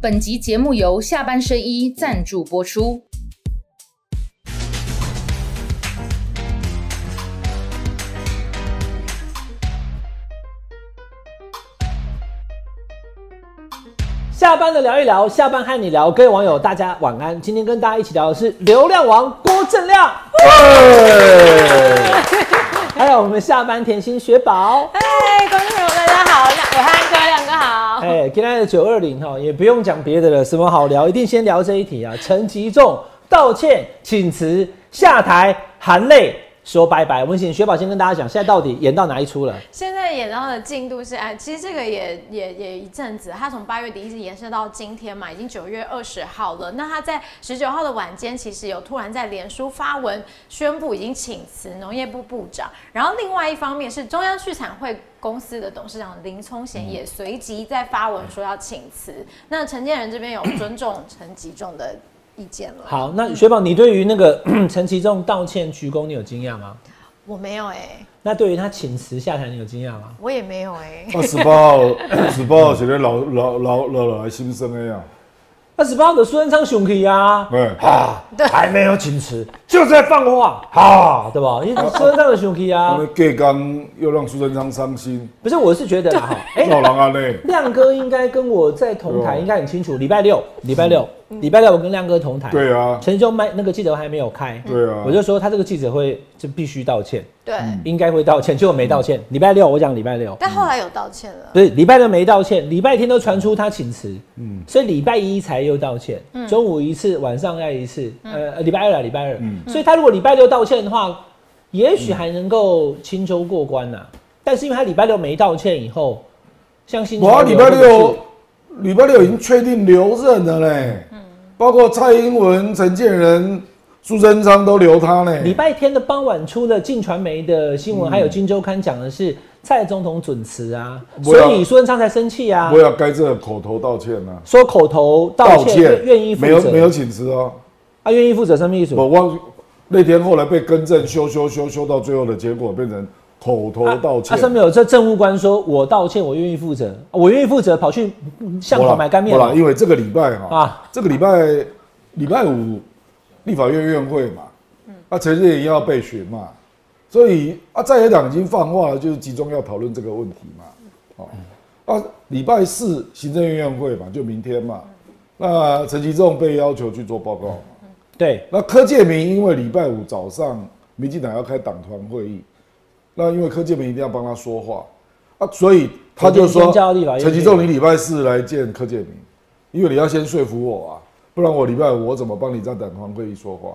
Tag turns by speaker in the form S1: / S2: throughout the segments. S1: 本集节目由下半身衣赞助播出。
S2: 下班的聊一聊，下班和你聊，各位网友大家晚安。今天跟大家一起聊的是流量王郭正亮，还有我们下班甜心雪宝。
S3: 嗨，观众朋友大家好，那 我和各位亮哥好。
S2: 哎，今天的九二零哈，也不用讲别的了，什么好聊，一定先聊这一题啊。陈吉仲道歉、请辞、下台、含泪说拜拜。我们请雪宝先跟大家讲，现在到底演到哪一出了？
S3: 现在演到的进度是，哎，其实这个也也也一阵子，它从八月底一直延伸到今天嘛，已经九月二十号了。那他在十九号的晚间，其实有突然在脸书发文宣布已经请辞农业部部长，然后另外一方面是中央畜产会。公司的董事长林聪贤也随即在发文说要请辞，那陈建仁这边有尊重陈吉仲的意见了。
S2: 好，那雪宝，你对于那个嗯陈吉仲道歉鞠躬，你有惊讶吗？
S3: 我没有哎、
S2: 那对于他请辞下台，你有惊讶吗？
S3: 我也没有哎、
S4: 我啊十八号， 十八号是咧老老老老老来新生的呀，
S2: 二十八号的苏贞昌雄起啊，
S4: 对
S2: 啊
S3: 对，
S2: 还没有请辞，就在放话，啊，
S4: 哦
S2: 对吧？因为苏贞昌的雄起啊
S4: 我，们隔刚又让苏贞昌伤心，
S2: 不是，我是觉得啦，哈，哎、
S4: 老狼啊嘞，
S2: 亮哥应该跟我在同台，
S4: 对啊嗯
S2: 应该很清楚。礼拜六，礼拜六，嗯礼拜六我跟亮哥同台。
S4: 对啊
S2: 陈兄麦那个记者会还没有开。
S4: 对啊
S2: 我就说他这个记者会就必须道歉，
S3: 对，
S2: 应该会道歉，结果没道歉。礼拜六我讲礼拜六，
S3: 但后来有道歉了。
S2: 不是礼拜六没道歉，礼拜天都传出他请辞，嗯，所以礼拜一才又道歉，中午一次，晚上要一次，呃，礼拜二啊，礼拜二，
S4: 嗯
S2: 所以他如果礼拜六道歉的话，也许还能够轻舟过关呐、但是因为他礼拜六没道歉以后，像新
S4: 我
S2: 潮流
S4: 礼拜
S2: 或者
S4: 六
S2: 是
S4: 礼拜六已经确定留任了嘞，包括蔡英文、陈建仁、苏贞昌都留他嘞，
S2: 礼拜天的傍晚出了近传媒的新
S4: 嗯
S2: 闻，还有《金周刊》讲的是蔡总统准辞啊，
S4: 不要
S2: 所以苏贞昌才生气啊
S4: 我，要该这个口头道歉啊，
S2: 说口头道歉，愿意负
S4: 没有没有
S2: 责，
S4: 请辞哦，
S2: 啊，愿意负责什么意思？
S4: 我忘那天后来被更正修修修修到最后的结果变成口头道歉
S2: 啊，上，面有这政务官说，我道歉，我愿意负责，啊我愿意负责，跑去嗯巷
S4: 我
S2: 口
S4: 啦
S2: 买干面
S4: 我啦因为这个礼拜哈、
S2: 啊，
S4: 这个礼拜礼拜五立法院院会嘛，啊，陈建也要被询嘛，所以啊，在野党已经放话了，就是集中要讨论这个问题嘛，哦，啊，礼拜四行政院院会嘛，就明天嘛，那陈其仲被要求去做报告嘛，
S2: 对，
S4: 那柯建明因为礼拜五早上民进党要开党团会议，那因为柯建明一定要帮他说话啊，所以他就
S2: 我
S4: 说
S2: 今天先叫立法院
S4: 陈其仲，你礼拜四来见柯建明，因为你要先说服我啊，不然我礼拜五我怎么帮你在党团会议说话？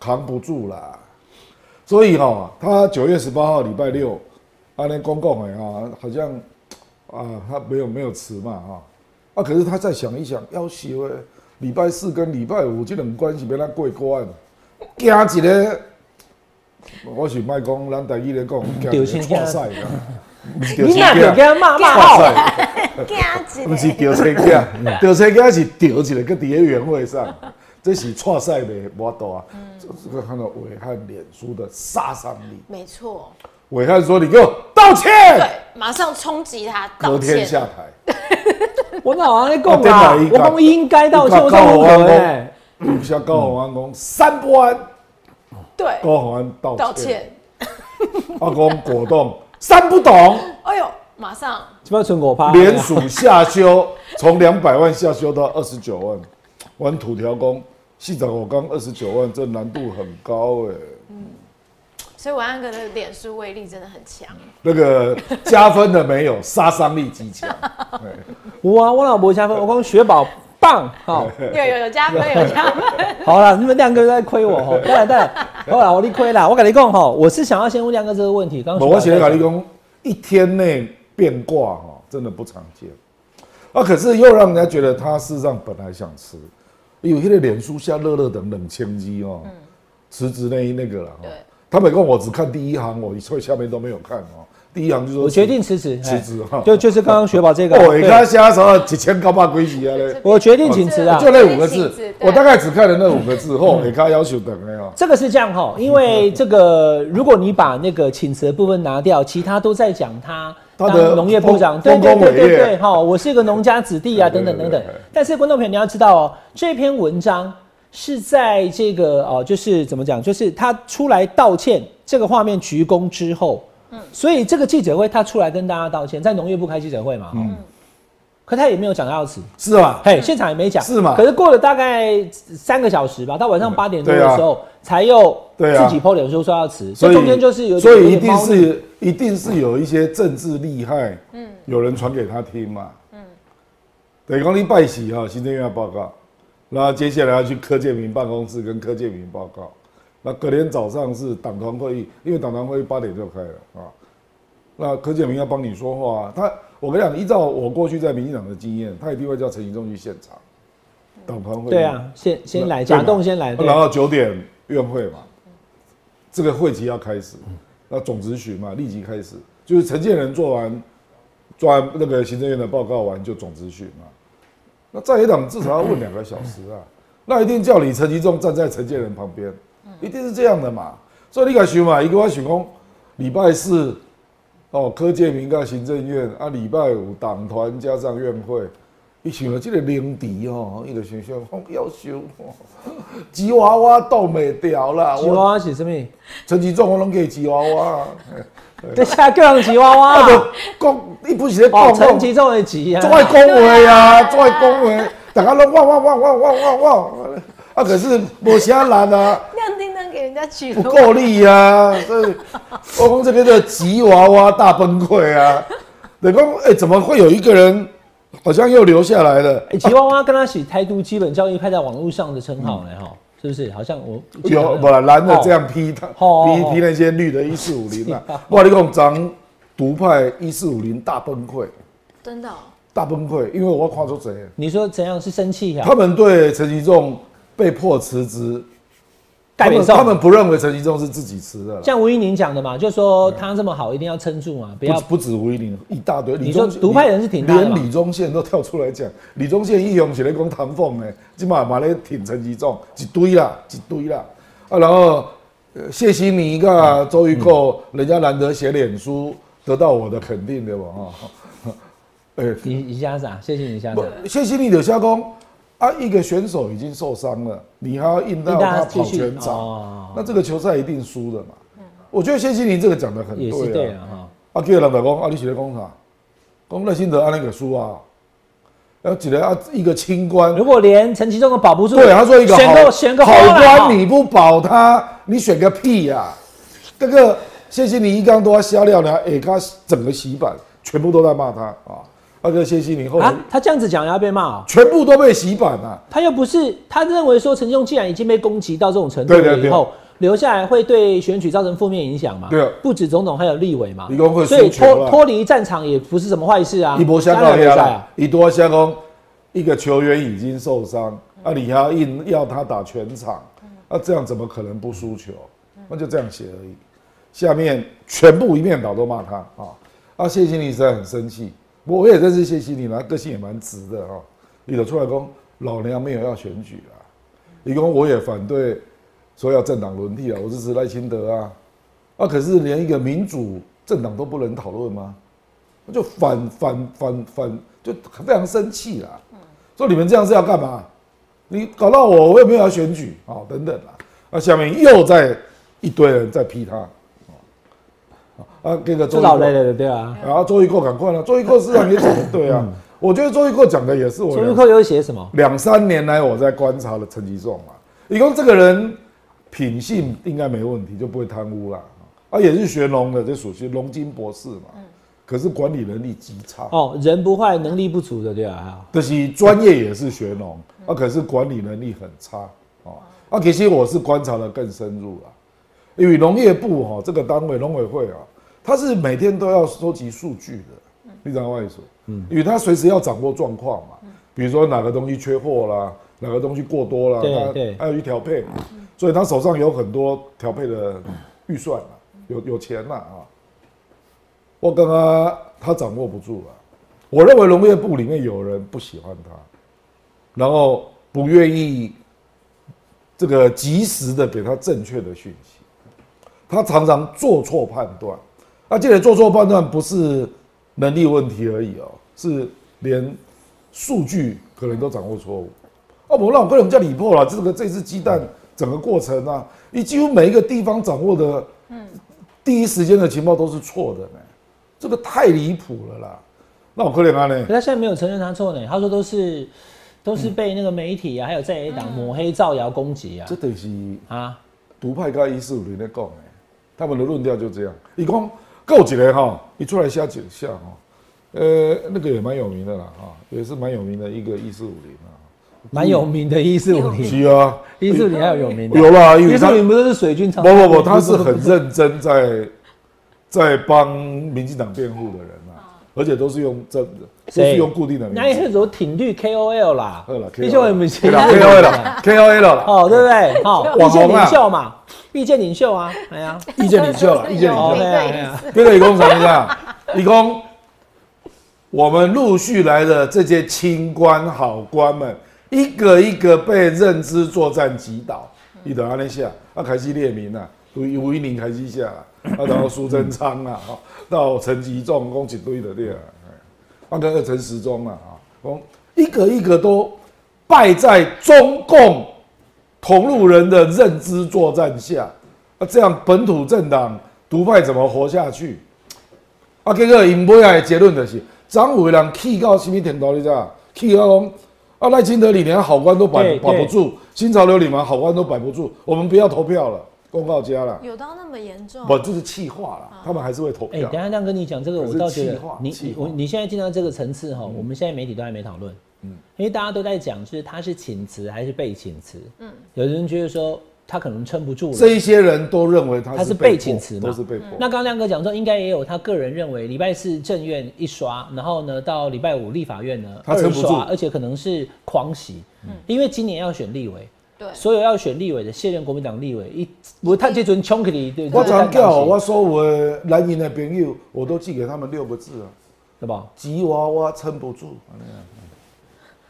S4: 扛不住啦。所以哈、他九月十八号礼拜六，阿那公告哎啊，好像啊，他没有没有辞嘛哈、啊，可是他再想一想，要死喂，礼拜四跟礼拜五这种关系被他过关，惊一个，我是卖讲咱台语来讲，
S2: 丢
S4: 惊
S2: 心
S4: 一个赛啦，不是
S2: 你俩就给他骂骂
S4: 跨
S2: 爆，
S4: 赛，不是丢车架，丢车架是丢一个，搁伫个原位上，这是跨赛的无大，这个看到伟汉脸书的杀伤力。
S3: 没错，
S4: 伟汉说：“你给我道
S3: 对
S4: 歉。”，
S3: 马上冲击他道
S4: 隔天
S3: 歉。
S4: 下台。
S2: 我哪往那
S4: 我
S2: 供
S4: 电
S2: 啊
S4: 脑哦一，
S2: 我
S4: 个
S2: 供应该道歉，我
S4: 一个
S2: 怎么可
S4: 告我
S2: 能？
S4: 向高宏安讲三不安，
S3: 对，
S4: 高宏安道
S3: 道
S4: 歉。
S3: 歉。
S4: 阿公果冻三不懂，
S3: 哎呦，马上
S2: 什么存果趴？
S4: 连署下修从两百万下修到二十九万，玩土条工。市长，我刚二十九万，这难度很高哎、
S3: 所以文安哥的脸书威力真的很强。
S4: 那个加分的没有，杀伤力极强。
S2: 我啊，我老婆加分，我光雪宝棒， 好，
S3: 有有有加分，有加分。
S2: 好了，你们亮哥在亏我吼，当然当然，好啦，我你亏啦，我跟你讲吼，我是想要先问亮哥这个问题， 刚刚
S4: 我写的
S2: 雪宝
S4: 卡利工一天内变卦哈，真的不常见。啊，可是又让人家觉得他事实上本来想吃，有些的脸书下热热等冷千机哦，
S2: 嗯
S4: 辞职那一那个了哈
S3: 对。
S4: 他每个我只看第一行，我所以下面都没有看哦。第一行就说
S2: 我决定辞职，
S4: 辞职哈
S2: 哎就就是刚刚雪宝这个，
S4: 哦，你看
S2: 对
S4: 瞎什么几千高八规矩啊嘞，
S2: 我决定请辞啊
S4: 就，那五个
S3: 请
S4: 字
S3: 辞对，
S4: 我大概只看了那五个字后，你看要求等了哦。嗯
S2: 这个是这样哈，因为这个如果你把那个请辞的部分拿掉，其他都在讲他
S4: 他的
S2: 当农业部长，对
S4: 丰
S2: 对
S4: 丰功
S2: 对
S4: 伟
S2: 对
S4: 业
S2: 对，哈、我是一个农家子弟啊，
S4: 对
S2: 等
S4: 对
S2: 等等等
S4: 对对。
S2: 但是观众朋友你要知道哦，这篇文章是在这个哦，就是怎么讲，就是他出来道歉，这个画面鞠躬之后，嗯，所以这个记者会他出来跟大家道歉，在农业部开记者会嘛，哦
S4: 嗯
S2: 可他也没有讲到词，
S4: 是吧？
S2: 嘿，现场也没讲，
S4: 嗯是嘛
S2: 可是过了大概三个小时吧，到晚上八点多
S4: 对
S2: 的
S4: 啊
S2: 时候，才又
S4: 对啊
S2: 自己 PO 脸书说要辞，所以中间就是有点，
S4: 所
S2: 有
S4: 以一
S2: 点
S4: 定
S2: 猫腻
S4: 是一定是有一些政治利害，嗯，有人传给他听嘛，嗯，等于讲你拜喜哈，行政院要报告，然后接下来要去柯建明办公室跟柯建明报告，那隔天早上是党团会议，因为党团会议八点就开了啊，那柯建明要帮你说话、啊，他我跟你讲，依照我过去在民进党的经验，他一定会叫陈其中去现场，党团会议
S2: 对啊，先先来
S4: 对嘛
S2: 假动先来，对
S4: 然后九点院会嘛，这个会期要开始，那总咨询嘛，立即开始，就是陈建仁做完做完那个行政院的报告完就总咨询嘛。那在野党至少要问两个小时啊，那一定叫你陈其仲站在陈建仁旁边，一定是这样的嘛。所以你敢想嘛，一个我想讲礼拜四。哦，柯建明跟行政院啊，礼拜五党团加上院会，伊想到这个零迪哦，伊就想想讲要修、哦， 吉娃娃冻袂掉啦，
S2: 吉
S4: 我
S2: 娃娃啊是什么？
S4: 陈其仲我拢给吉娃娃，
S2: 等一下各人吉娃
S4: 啊，就
S2: 娃，
S4: 讲伊不是咧
S2: 哦，
S4: 讲
S2: 陈
S4: 讲，
S2: 吉仲的吉啊，
S4: 做爱恭维啊，做爱恭维，大家拢哇哇哇哇哇哇哇，啊，可是无啥力啊。
S3: 亮叮当给人家取
S4: 不
S3: 了
S4: 够力呀、 啊，所以欧公这边的吉娃娃大崩溃啊！等公哎，怎么会有一个人好像又留下来了？
S2: 哎吉娃娃跟他起台独基本教育派在网络上的称号呢，哈，是不是？好像我
S4: 哎有不然蓝的这样批他，
S2: 哦哦哦
S4: 批批那些绿的一四五零啊！哇，你讲咱独派一四五零大崩溃，
S3: 真的哦、
S4: 大崩溃，因为我看出谁，
S2: 你说怎样是生气啊呀
S4: 他？们对陈其仲被迫辞职，
S2: 盖
S4: 他
S2: 脸
S4: 们
S2: 上
S4: 他们不认为陈其仲是自己辞的啦，
S2: 像吴依宁讲的嘛，就说他这么好，一定要撑住嘛，不
S4: 不
S2: 要
S4: 不止吴依林，一大堆。
S2: 你说独派人是挺大的
S4: 连
S2: 嘛
S4: 李宗宪都跳出来讲，李宗宪一用起来讲唐凤呢，起码把那挺陈其仲一堆啦，一堆啦啊，然后呃谢欣妮个周玉蔻，
S2: 嗯
S4: 人家难得写脸书得到我的肯定对吧？哈，哎、
S2: 你一下子啊，谢谢你一下子啊。
S4: 不，谢欣妮柳下工啊，一个选手已经受伤了，你还要硬到
S2: 硬到他
S4: 他
S2: 继
S4: 跑
S2: 续
S4: 全场，
S2: 哦
S4: 那这个球赛一定输的嘛。我觉得谢欣妮这个讲的很
S2: 也是对
S4: 对啊
S2: 了。哈。
S4: 啊，叫人就讲啊，你是咧讲啥？讲赖清德安尼个输啊，然后一个啊一个清官，
S2: 如果连陈其中都保不住，
S4: 对，啊他说一个
S2: 选
S4: 好
S2: 个选个哦
S4: 好
S2: 花啦
S4: 官，你不保他，你选个屁呀、这个谢欣你一刚都要瞎料呢，哎，他整个洗版全部都在骂他啊，那个谢欣你后来、
S2: 啊，他这样子讲要被骂哦。
S4: 全部都被洗版啊，
S2: 他又不是他认为说陈仲既然已经被攻击到这种程度
S4: 对对
S2: 了
S4: 对
S2: 以后，留下来会对选举造成负面影响嘛？
S4: 对啊
S2: 不止总统还有立委嘛
S4: 你讲会，输
S2: 所以
S4: 球
S2: 脱
S4: 啦
S2: 脱离战场也不是什么坏事啊。
S4: 你无
S2: 加
S4: 香
S2: 入
S4: 港
S2: 联
S4: 呀
S2: 赛
S4: 啦
S2: 啊，，
S4: 你多香港一个球员已经受伤，啊，你还要硬要他打全场，那、这样怎么可能不输球？那就这样写而已。下面全部一面倒都骂他啊！啊，谢欣丽实在很生气，我我也认识谢欣丽啦，个性也蛮直的啊。你的出来讲，老娘没有要选举啦，你讲我也反对说要政党轮替啊，我支持赖清德啊，啊，可是连一个民主政党都不能讨论吗？我就反反反反，就非常生气啦。说你们这样是要干嘛？你搞到我，我也没有要选举啊、哦，等等啦。那下面又在一堆人在批他，哦啊，这个周
S2: 这
S4: 玉
S2: 老
S4: 蔻
S2: 累了，对啊。
S4: 然后周玉蔻赶快了，周玉蔻市长也讲得对啊，我觉得周玉蔻讲的也是我
S2: 嗯周
S4: 两
S2: 玉蔻有写什么？
S4: 两三年来我在观察了陈吉仲啊，李工这个人品性应该没问题，就不会贪污啦。啊，也是学农的，这属于农经博士嘛。可是管理能力极差，
S2: 哦，人不坏，能力不足的，对啊。
S4: 就是专业也是学农，啊，可是管理能力很差哦。啊，其实我是观察的更深入了，因为农业部哈、这个单位农委会啊，它是每天都要收集数据的，你知道外说，嗯，因为它随时要掌握状况嘛，比如说哪个东西缺货啦，哪个东西过多啦，
S2: 对
S4: 它
S2: 对
S4: 还要去调配，所以他手上有很多调配的预算啦，有有钱啦啊。我刚刚他掌握不住了。我认为农业部里面有人不喜欢他，然后不愿意这个及时的给他正确的讯息，他常常做错判断，而且做错判断不是能力问题而已哦，是连数据可能都掌握错误。哦，不，那我跟你们叫李破了，这个这只鸡蛋整个过程啊，你几乎每一个地方掌握的，第一时间的情报都是错的呢，这个太离谱了啦。那我可怜啊呢
S2: 可，他现在没有承认他错呢，他说都是都
S4: 嗯
S2: 是被那个媒体啊，还有在野党抹黑、造谣、攻击啊
S4: 这等于是
S2: 啊！
S4: 独派跟一四五零在讲的，他们的论调就这样。一共够几人哈？你出来瞎讲一下哈。呃，那个也蛮有名的啦哈，也是蛮有名的一个一四五零啊。
S2: 蛮有名的一四五零，
S4: 是啊，
S2: 一四零还有有名的，
S4: 有啦，因
S2: 一
S4: 为
S2: 四
S4: 他
S2: 零不是水军常
S4: 不不不，他是很认真在在帮民进党辩护的人啊，而且都是用真的，都
S2: 谁
S4: 是用固定的名
S2: 那一
S4: 字。
S2: 是走挺绿 KOL 啦
S4: 好啦，
S2: 毕竟我们是
S4: K O L 了，K O L 了，
S2: 哦，对不对？好，
S4: 网
S2: 意见
S4: 红啊
S2: 领袖嘛，意见领袖啊，哎呀，
S4: 意见领袖 了，意见领
S2: 哦
S4: 袖
S2: 对。啊对啊
S4: 跟着李工长一样，李工，我们陆续来的这些清官好官们，一个一个被认知作战击倒。你等阿那下，啊，开始列名啊，吴吴一宁开始下啊，啊，然后苏贞昌啊，哦到陈吉仲，讲一堆的对啊，哎啊，跟二陈时中啊，啊，讲一个一个都败在中共同路人的认知作战下，啊，这样本土政党独派怎么活下去？啊，结果因尾来的结论就是，张伟人气到什么程度？你知道？气到讲，啊，赖清德你连好官都摆
S2: 对
S4: 保不住，新潮流你们好官都摆不住，我们不要投票了，公告家了，
S3: 有到那么严重？
S4: 不就是气化了？他们还是会投
S2: 嗯哎、
S4: 票
S2: 等一。下亮哥，你讲这个，
S4: 可是
S2: 我倒觉得
S4: 气话
S2: 你
S4: 气
S2: 你
S4: 话
S2: 我你现在进到这个层次
S4: 嗯
S2: 哈，我们现在媒体都还没讨论，嗯，因为大家都在讲，就是他是请辞还是被请辞，嗯，有人觉得说他可能撑不住
S4: 这
S2: 了。
S4: 一些人都认为他
S2: 他是被
S4: 被迫
S2: 请辞嘛
S4: 都是被迫。
S2: 那刚刚亮哥讲说，应该也有他个人认为，礼拜四政院一刷，然后呢到礼拜五立法院呢
S4: 他
S2: 二
S4: 撑不住嗯
S2: 刷，而且可能是狂喜，因为今年要选立委，
S3: 对，
S2: 所有要选立委的现任国民党立委一，不他这尊穷克力，对，就
S4: 我
S2: 是在
S4: 常
S2: 当
S4: 叫
S2: 时
S4: 我说我蓝营的朋友，我都寄给他们六个字啊：
S2: 对吧？
S4: 吉娃娃撑不住。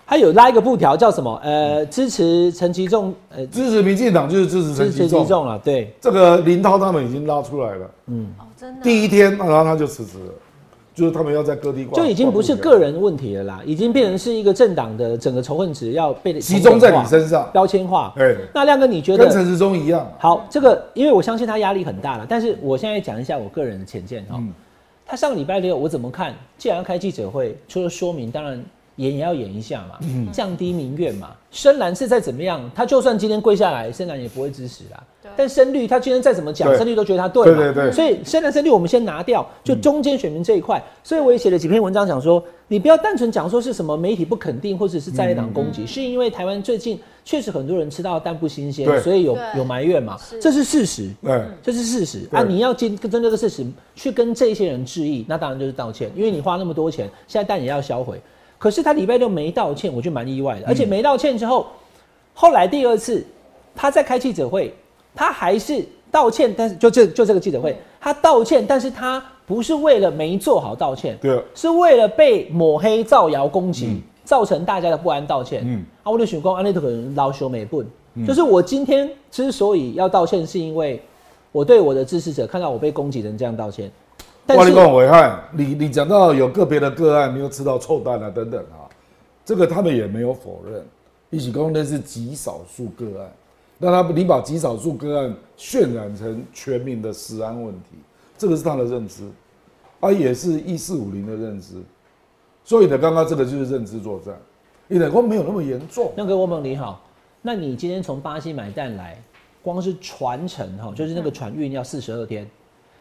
S2: 他有拉一个布条叫什么？
S4: 嗯
S2: 呃，支持陈其重，呃，
S4: 支持民进党就是支持
S2: 支
S4: 陈
S2: 持
S4: 其
S2: 其
S4: 仲，
S2: 重了，对。
S4: 这个林涛他们已经拉出来了。
S3: 哦，真的
S4: 第一天，然后他就辞职了，就是他们要在各地挂，
S2: 就已经不是
S4: 挂布条
S2: 个人问题了啦，已经变成是一个政党的整个仇恨值要被
S4: 集中在你身上，
S2: 标签化。
S4: 哎，
S2: 那亮哥，你觉
S4: 跟陈
S2: 得
S4: 时中一样，
S2: 好？这个，因为我相信他压力很大了，但是我现在讲一下我个人的浅见哈。
S4: 嗯
S2: 他上礼拜六我怎么看？既然要开记者会，除了说明，当然演也要演一下嘛，
S4: 嗯
S2: 降低民怨嘛。深蓝是再怎么样，他就算今天跪下来，深蓝也不会支持啦
S3: 对。
S2: 但深绿他今天再怎么讲，
S4: 对
S2: 深绿都觉得他对嘛。
S4: 对对嗯对
S2: 所以深蓝深绿我们先拿掉，就中间选民这一块。所以我也写了几篇文章，讲说你不要单纯讲说是什么媒体不肯定或者是在野党攻击，
S4: 嗯
S2: 是因为台湾最近确实很多人吃到蛋不新鲜
S4: 对，
S2: 所以有
S3: 对
S2: 有埋怨嘛，
S3: 是
S2: 这是事实。
S4: 哎，
S2: 这是事实啊！
S4: 对
S2: 你要针针对这个事实去跟这些人致意，那当然就是道歉，因为你花那么多钱，现在蛋也要销毁。可是他礼拜六没道歉，我就蛮意外的，而且没道歉之后，后来第二次他在开记者会，他还是道歉，但是就这就这个记者会，他道歉，但是他不是为了没做好道歉，
S4: 对，啊
S2: 是为了被抹黑、造谣、攻击，造成大家的不安道歉。嗯
S4: 嗯，
S2: 啊，我的选工安内特可能老朽美笨，就是我今天之所以要道歉，是因为我对我的支持者看到我被攻击成这样道歉，但
S4: 哇，
S2: 是
S4: 你讲伟汉，你你讲到有个别的个案，你又吃到臭蛋啊等等啊，这个他们也没有否认，一起公那是极少数个案，那他你把极少数个案渲染成全民的食安问题，这个是他的认知，啊，也是一四五零的认知，所以呢，刚刚这个就是认知作战，你讲没有那么严重，
S2: 那个翁梦你好，那你今天从巴西买蛋来，光是船程哈，就是那个船运要四十二天。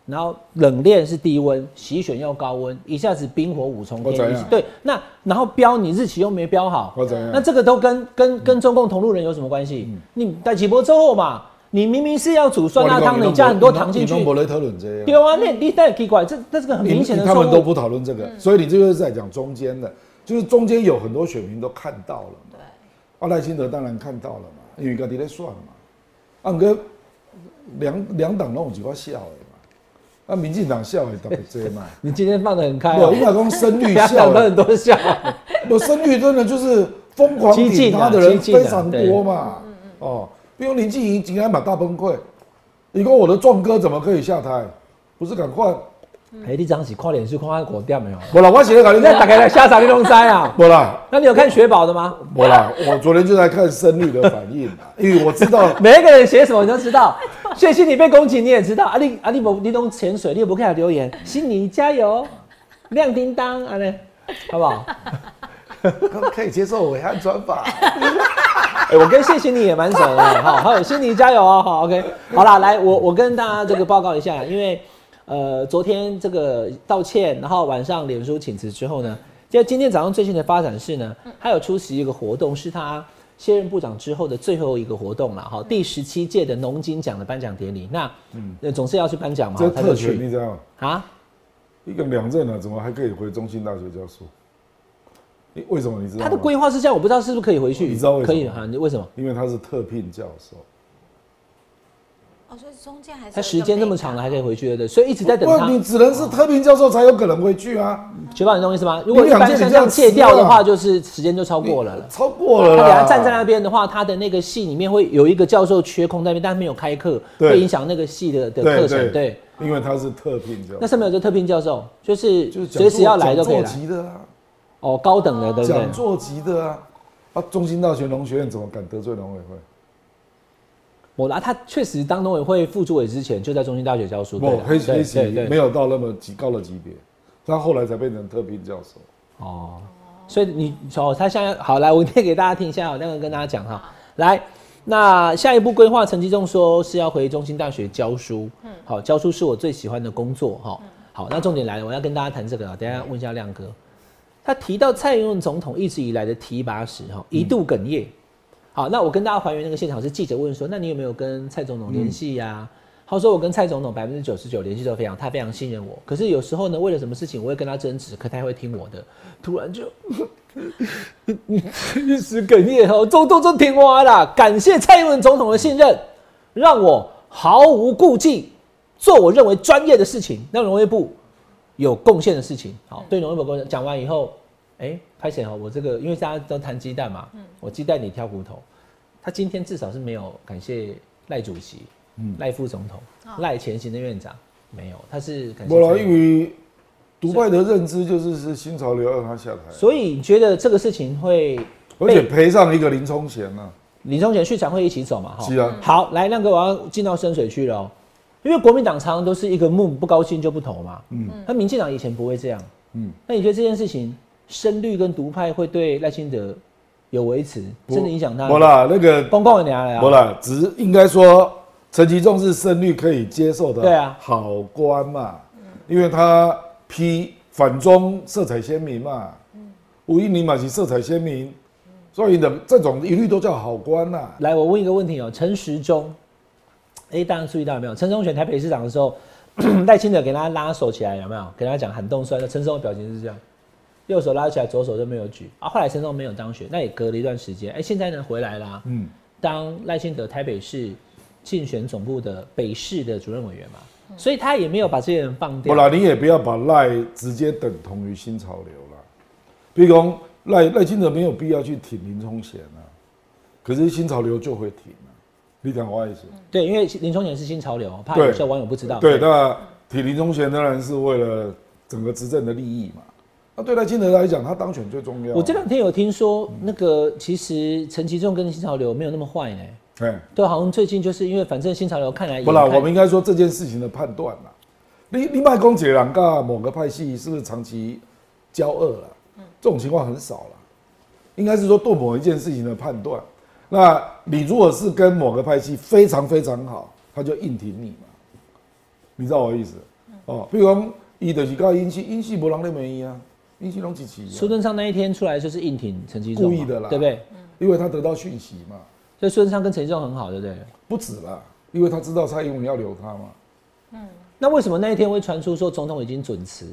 S2: 然后冷链是低温，洗选要高温，一下子冰火五重
S4: 我怎
S2: 天。一
S4: 样
S2: 下对，那然后标你日期又没标好，
S4: 或者样
S2: 那这个都跟跟
S4: 嗯
S2: 跟中共同路人有什么关系？你在起波之后嘛，你明明是要煮酸辣汤，你加很多糖进去，
S4: 伯雷特伦这样。
S2: 丢啊，那你太奇怪，这这是个很
S4: 你
S2: 啊明显的
S4: 他
S2: 错
S4: 们都
S2: 误。
S4: 不讨论这个，
S2: 嗯
S4: 所以你这就是在讲中间的，就是中间有很多选民都看到了嘛。啊，赖清德当然看到了嘛，因为家己在算嘛。啊，不过两两党拢有一个笑的嘛，啊，民进党笑的特别多 嘛。
S2: 你今天放得很开、
S4: 我
S2: 哦
S4: 应，该 讲声律
S2: 两
S4: 笑
S2: 党都
S4: 的，
S2: 很多 笑。
S4: 我声律真的就是疯狂
S2: 激
S4: 顶
S2: 进啊
S4: 他的人
S2: 激进啊嗯
S4: 非常多嘛。哦，比如林静怡竟然把大崩溃，你说我的壮哥怎么可以下台？不是赶快
S2: 哎，你张起跨脸是跨国掉 没有？
S4: 我啦，我写的搞定
S2: 那大概在下场运动赛啊。
S4: 我啦，
S2: 那你有看雪宝的吗？
S4: 我啦， 我昨天就在看声律的反应 啦，因为我知道
S2: 每一个人写什么你都知道，所以心里被攻击你也知道。啊你啊你不你懂潜水，你也不看留言，心里加油，亮叮当啊嘞，好不好？
S4: 可以接受伟汉穿 法。
S2: 哎、我跟谢欣妮也蛮熟的 哈，还有欣妮加油哦，好，OK，好啦，来，我我跟大家这个报告一下，啊因为呃，昨天这个道歉，然后晚上脸书请辞之后呢，就今天早上最新的发展是呢，他有出席一个活动，是他卸任部长之后的最后一个活动了哈，
S4: 嗯
S2: 第十七届的农金奖的颁奖典礼，那呃总是要去颁奖嘛，
S4: 这
S2: 他就
S4: 特权你
S2: 去
S4: 知道吗？
S2: 啊，
S4: 一个两任啊，怎么还可以回中兴大学教书？你为什么你知道吗？
S2: 他的规划是这样，我不知道是不是可以回去，
S4: 你知道为什么
S2: 可以哈？你为什么？
S4: 因为他是特聘教授，
S3: 哦，所以中间还是
S2: 他
S3: 有一个
S2: 时间那么长了，还可以回去，对不对？所以一直在等他
S4: 不，。你只能是特聘教授才有可能回去啊。
S2: 学霸，你懂我意思吗？如果一
S4: 你两
S2: 般
S4: 届
S2: 像这
S4: 你这
S2: 样
S4: 样
S2: 戒掉的
S4: 吃啊
S2: 话，就是时间就超哦过了啦。
S4: 超过
S2: 他
S4: 了
S2: 等
S4: 啦。
S2: 下站在那边的话，他的那个戏里面会有一个教授缺空在那边，但他没有开课，
S4: 对
S2: 会影响那个戏的的课
S4: 对
S2: 程。
S4: 对
S2: 对，，
S4: 因为他是特聘教
S2: 那
S4: 授，
S2: 上面有个特聘教授，就是
S4: 就是讲
S2: 随
S4: 座
S2: 时要来都可以
S4: 讲座
S2: 来。
S4: 级的啊，
S2: 哦，高等的，对不对
S4: 讲？座级的啊。啊，中兴大学农学院怎么敢得罪农委会？
S2: 我啊，他确实当农委会副主委之前就在中兴大学教书，对
S4: 不，
S2: 啦
S4: 哦黑黑旗
S2: 对对
S4: 没
S2: 对。
S4: 有到那么级高的级别，他后来才变成特聘教授。
S2: 哦，所以你哦，他现在好来，我念给大家听一下，我那个跟大家讲哈，来。那下一步规划，陈吉仲说是要回中兴大学教书。嗯，好，教书是我最喜欢的工作。哈、好，那重点来了，我要跟大家谈这个啊。等一下问一下亮哥，他提到蔡英文总统一直以来的提拔时，哈，一度哽咽。好，那我跟大家还原那个现场是记者问说，那你有没有跟蔡总统联系呀？他说我跟蔡总统百分之九十九联系都非常，他非常信任我。可是有时候呢，为了什么事情我会跟他争执，可他也会听我的。突然就 一时哽咽哦，终终终听完啦！感谢蔡英文总统的信任，让我毫无顾忌做我认为专业的事情，让农业部有贡献的事情。
S4: 嗯
S2: 好，对农业部有贡献讲完以后，哎、拍显哦，我这个因为大家都谈鸡蛋嘛，我鸡蛋里挑骨头，他今天至少是没有感谢赖主席、
S4: 嗯
S2: 赖副总统、赖前行政院长，没有，他是感谢蔡
S4: 不
S2: 英
S4: 然，
S2: 文。
S4: 因为独拜的认知就是是新潮流让他下台，
S2: 所以你觉得这个事情会
S4: 而且
S2: 被
S4: 赔上一个林冲贤啊。
S2: 李宗贤续场会一起走嘛？哈，
S4: 是啊
S2: 好，来亮哥，我要进到深水区了、哦，因为国民党常常都是一个 move 不高兴就不投嘛。嗯，那民进党以前不会这样。嗯
S4: 嗯，
S2: 那你觉得这件事情深绿跟独派会对赖清德有维持，
S4: 不
S2: 真的影响他吗？
S4: 不啦，那个
S2: 公共的拿来啊
S4: 不，啦，只是应该说陈其重是胜率可以接受的，
S2: 对啊
S4: 好官嘛，因为他批反中色彩鲜明嘛，
S2: 嗯
S4: 吴一宁嘛是色彩鲜明，所以的这种一律都叫好官啊呐、
S2: 来，我问一个问题哦，陈时中，哎、大家注意到没有？陈时中选台北市长的时候， 赖清德给他拉手起来，有没有？给他讲喊动酸的，陈时中的表情是这样，右手拉起来，左手就没有举啊。后来陈时中没有当选，那也隔了一段时间，哎、现在呢回来啦，
S4: 嗯，
S2: 当赖清德台北市竞选总部的北市的主任委员嘛，所以他也没有把这些人放
S4: 不
S2: 掉。
S4: 啦，你也不要把赖直接等同于新潮流啦，比如讲赖赖清德没有必要去挺林冲贤啊，可是新潮流就会挺啊，你懂我意思？
S2: 对，因为林冲贤是新潮流，怕
S4: 对
S2: 有些网友不知道。
S4: 对，那体林中贤当然是为了整个执政的利益嘛。那对赖清德来讲，他当选最重要。啊
S2: 我这两天有听说，那个其实陈其仲跟新潮流没有那么坏呢、
S4: 哎，
S2: 对，好像最近就是因为反正新潮流看来也
S4: 不啦，
S2: 看
S4: 我们应该说这件事情的判断啦。你你卖公姐两个某个派系是不是长期交恶了？
S2: 嗯
S4: 这种情况很少了。应该是说对某一件事情的判断。那你如果是跟某个派系非常非常好，他就硬挺你嘛，你知道我的意思？
S2: 嗯
S4: 哦，比如讲，伊就是告英系，英系无人咧问伊啊，英系拢支持伊啊。
S2: 苏贞昌那一天出来就是硬挺陈其仲嘛，
S4: 故意的啦
S2: 对不对？
S4: 因为他得到讯息嘛，
S2: 所以苏贞昌跟陈其仲很好，对不对？
S4: 不止啦，因为他知道蔡英文要留他嘛。
S2: 那为什么那一天会传出说总统已经准辞？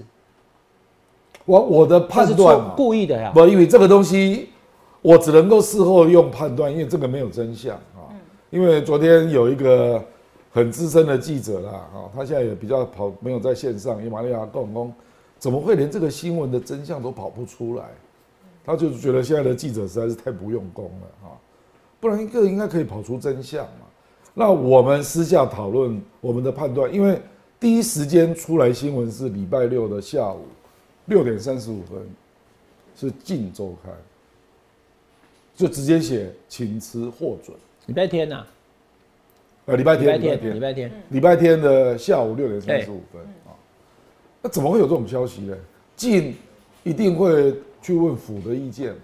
S4: 我我的
S2: 他
S4: 判
S2: 是
S4: 断啊
S2: 错
S4: 嘛，
S2: 故意的呀。
S4: 不，因为这个东西我只能够事后用判断，因为这个没有真相啊。因为昨天有一个很资深的记者啦，哈，他现在也比较跑，没有在线上，也马利亚共工，怎么会连这个新闻的真相都跑不出来？他就是觉得现在的记者实在是太不用功了哈，不然一个应该可以跑出真相嘛。那我们私下讨论我们的判断，因为第一时间出来新闻是礼拜六的下午六点三十五分，是《镜周刊》，就直接写请辞获准。
S2: 礼拜天呐，
S4: 呃，礼拜
S2: 礼拜
S4: 天，礼
S2: 天，
S4: 拜
S2: 礼
S4: 天，
S2: 拜天，
S4: 礼拜天的下午六点三十五分啊。那怎么会有这种消息呢？进一定会去问府的意见嘛，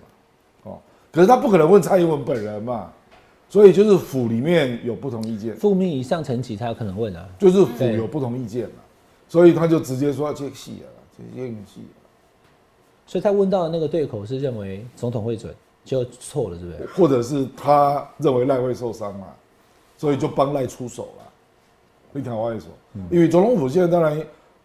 S4: 哦，可是他不可能问蔡英文本人嘛，所以就是府里面有不同意见，
S2: 复命以上层级才有可能问啊。
S4: 就是府
S2: 对
S4: 有不同意见嘛，所以他就直接说这个戏啊，这英文戏啊，
S2: 所以他问到的那个对口是认为总统会准，就错了，是不是？
S4: 或者是他认为赖会受伤嘛，所以就帮赖出手了。你看我也说，因为总统府现在当然